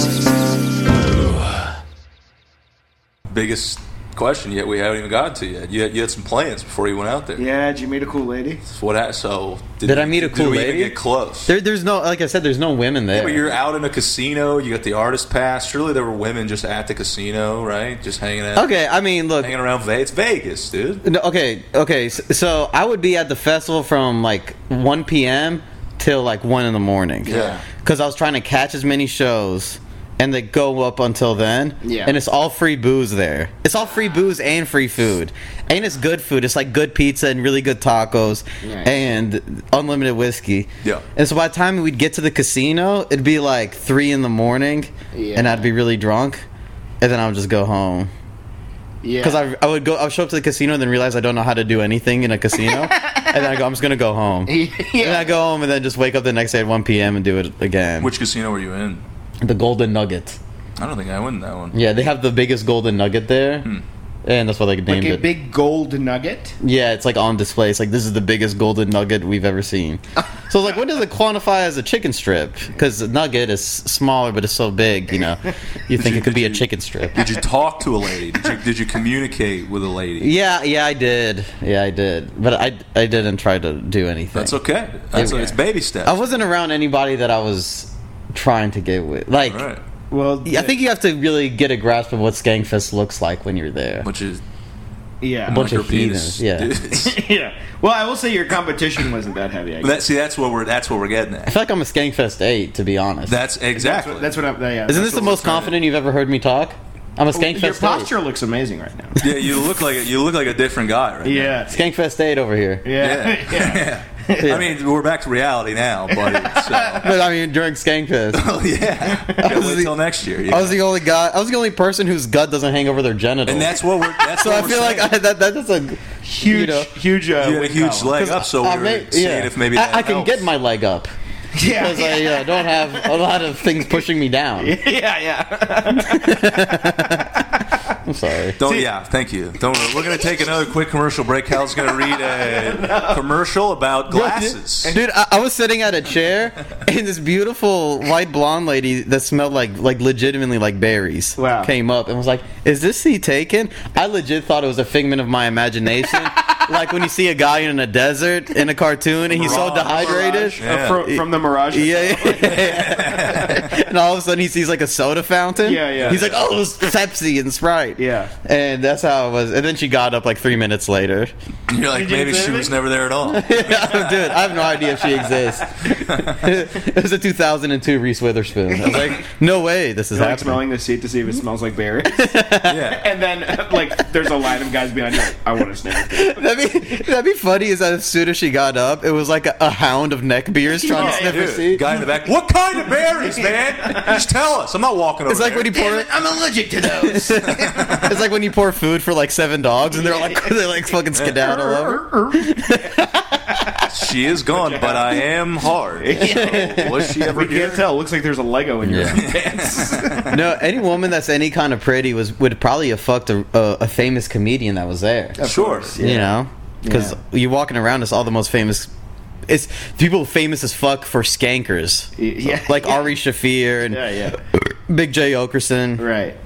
Biggest question yet we haven't even gotten to yet. You had, you had some plans before you went out there.
Yeah, did you meet a cool lady?
What ha- so
Did I meet a cool
did we even
lady?
get close?
There, there's no, like I said, there's no women there.
But you're out in a casino. You got the artist pass. Surely there were women just at the casino, right? Just hanging out,
okay, I mean, look.
hanging around. Ve- It's Vegas, dude.
No, okay, okay. So, so I would be at the festival from like 1 p.m. till like 1 in the morning.
Yeah.
Because I was trying to catch as many shows and they go up until then.
Yeah.
And it's all free booze there. It's all free booze and free food. And it's good food. It's like good pizza and really good tacos
Nice.
and unlimited whiskey.
Yeah.
And so by the time we'd get to the casino, it'd be like 3 in the morning
Yeah.
and I'd be really drunk and then I would just go home.
Yeah.
Because I, I would go, I would show up to the casino and then realize I don't know how to do anything in a
[laughs]
casino, and then I go, I'm just gonna go home. And then I go home and then just wake up the next day at 1 p.m. and do it again.
Which casino were you in?
the Golden Nugget.
I don't think I went in that one.
Yeah, they have the biggest Golden Nugget there, and that's why they named
like a
it.
big gold nugget.
yeah, it's like on display. It's like this is the biggest Golden Nugget we've ever
[laughs]
seen. so it's like, what does it quantify as a chicken strip? Because the nugget is smaller, but it's so big, you know, you think
you-
it could
did
be a
you-
chicken strip.
[laughs]
Did you talk to a lady? Did you, did you communicate with a lady?
Yeah, yeah, I did. Yeah, I did. But I, I didn't try to do anything.
That's okay. That's
Yeah.
it's baby
I
steps.
wasn't around anybody that I was trying to get with. Like,
All right.
Well,
I think you have to really get a grasp of what Skankfest looks like when you're there.
Which is
[laughs] yeah.
bunch
your
of heathens,
penis.
yeah.
dude.
yeah. Well, I will say your competition wasn't that heavy. I guess.
[laughs] that, see, that's what we're that's what we're getting
I
at.
feel like I'm a Skankfest eight, to be honest.
That's
That's
exactly.
what, that's [laughs] what I'm. Yeah,
Isn't this the most confident you've ever heard me talk? I'm a Skankfest
Your
eight.
posture looks amazing right now.
yeah, you look like a- you look like a different guy, right?
yeah.
Skankfest eight over here.
Yeah.
Yeah.
[laughs]
[laughs]
Yeah.
I mean, we're back to reality now, buddy.
[laughs]
So.
But I mean, during Skankfest,
Oh yeah, Gotta
was
wait
the-
till next year. yeah.
I was the only guy. I was the only person whose gut doesn't hang over their genitals.
and that's what we're. That's
so
what
I
we're
feel like
saying.
I, [laughs] that, that- that's a
Huge,
You know.
huge. Uh,
you had a
win
huge
column.
leg up, so we
I
were
may-
seeing
yeah.
if maybe that
I, I can get
helps.
my leg up
[laughs] Yeah.
because I uh, don't have a lot of things pushing me down.
[laughs] yeah. Yeah.
I'm sorry.
Don't yeah, thank you. Don't worry. We're gonna take another quick commercial break. Hal's gonna read a commercial about glasses.
Dude, I, I was sitting at a chair, and this beautiful white blonde lady that smelled like like legitimately like berries
Wow.
came up and was like, "Is this seat taken?" I legit thought it was a figment of my
[laughs]
imagination, like when you see a guy in a desert in a cartoon and he's so
Mirage.
dehydrated.
Mirage, uh,
Yeah.
from, from the Mirage.
Yeah, yeah. [laughs] and all of a sudden he sees like a soda fountain.
Yeah, yeah.
He's like, "Oh, it's Pepsi and Sprite."
Yeah.
and that's how it was. And then she got up like three minutes later.
You're like
Did you
maybe
say
she
anything?
was never there at all.
Yeah, dude, [laughs] I have no idea if she exists. [laughs] it was a 2002 Reese Witherspoon. I was like, no way, this is
You're, like
happening.
smelling the seat to see if it smells like berries.
Yeah.
and then, uh, like, there's a line of guys behind you. Like, I want to sniff. it."
That'd be, that'd be funny is that as soon as she got up, it was like a, a hound of neck beers trying to
Yeah,
sniff her
Dude,
seat.
guy in the back. What kind of
[laughs]
berries, man? Just tell us. I'm not walking over.
It's like
there.
when you pour
I'm allergic to those.
[laughs] it's like when you pour food for like seven dogs and they're like [laughs] they like fucking skedaddle over.
she is gone, but I am
[laughs]
hard. So, was she ever
we
here?
can't tell. Looks like there's a Lego in your
[laughs]
Yeah.
pants.
No, any woman that's any kind of pretty was would probably have fucked a, a, a famous comedian that was there.
Sure.
you know because you're walking around it's all the most famous it's people famous as fuck for skankers
Y- [laughs] yeah.
like ari shafir and
yeah, yeah.
big j okerson
Right.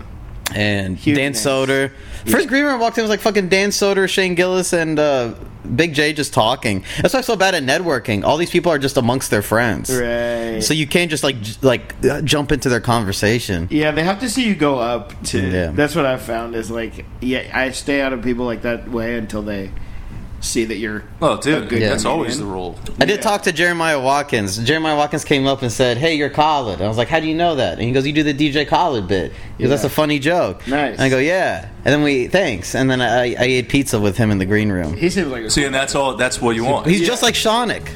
and dan
names.
soder first green room walked in was like fucking dan soder shane gillis and uh big j just talking that's why i'm so bad at networking all these people are just amongst their friends
Right.
so you can't just like j- like uh, jump into their conversation
yeah, they have to see you go up to.
Yeah.
That's what I've found is like, yeah, I stay out of people like that way until they see that you're.
Oh, dude,
good
that's
comedian.
always the rule.
I did talk to Jeremiah Watkins. Jeremiah Watkins came up and said, "Hey, you're Khaled." I was like, "How do you know that?" And he goes, "You do the DJ Khaled bit." He goes, "That's a funny joke."
Nice.
And I go, "Yeah." And then we thanks. And then I, I ate pizza with him in the green room.
He seems like a,
See, and that's all. That's what you want.
He's just like Shonic.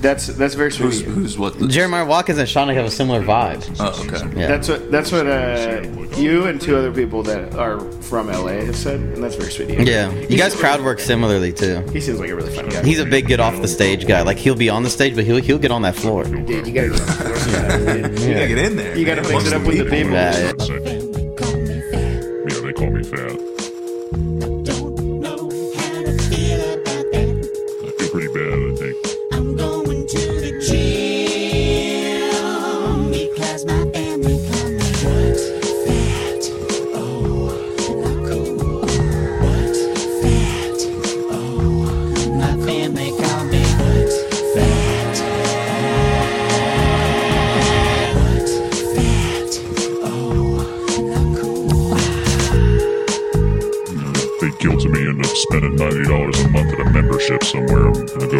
that's that's very sweet.
Who's
of you.
who's what?
Jeremiah Watkins and Shonic have a similar vibe.
Oh, okay.
Yeah.
That's what that's what uh, you and two other people that are from LA have said, and that's very sweet. Of you.
yeah. You guys crowd work similarly too.
He seems like a really fun guy.
He's a big get off the stage guy. Like he'll be on the stage, but he'll he'll get on that floor. [laughs]
Dude, you gotta get on board with that, dude.
You gotta get in there.
You gotta
man.
mix it up with the people.
Yeah, yeah.
Yeah, they call me fat. I feel pretty bad, I think. They guilted me into spending ninety dollars a month at a membership somewhere. I'm gonna go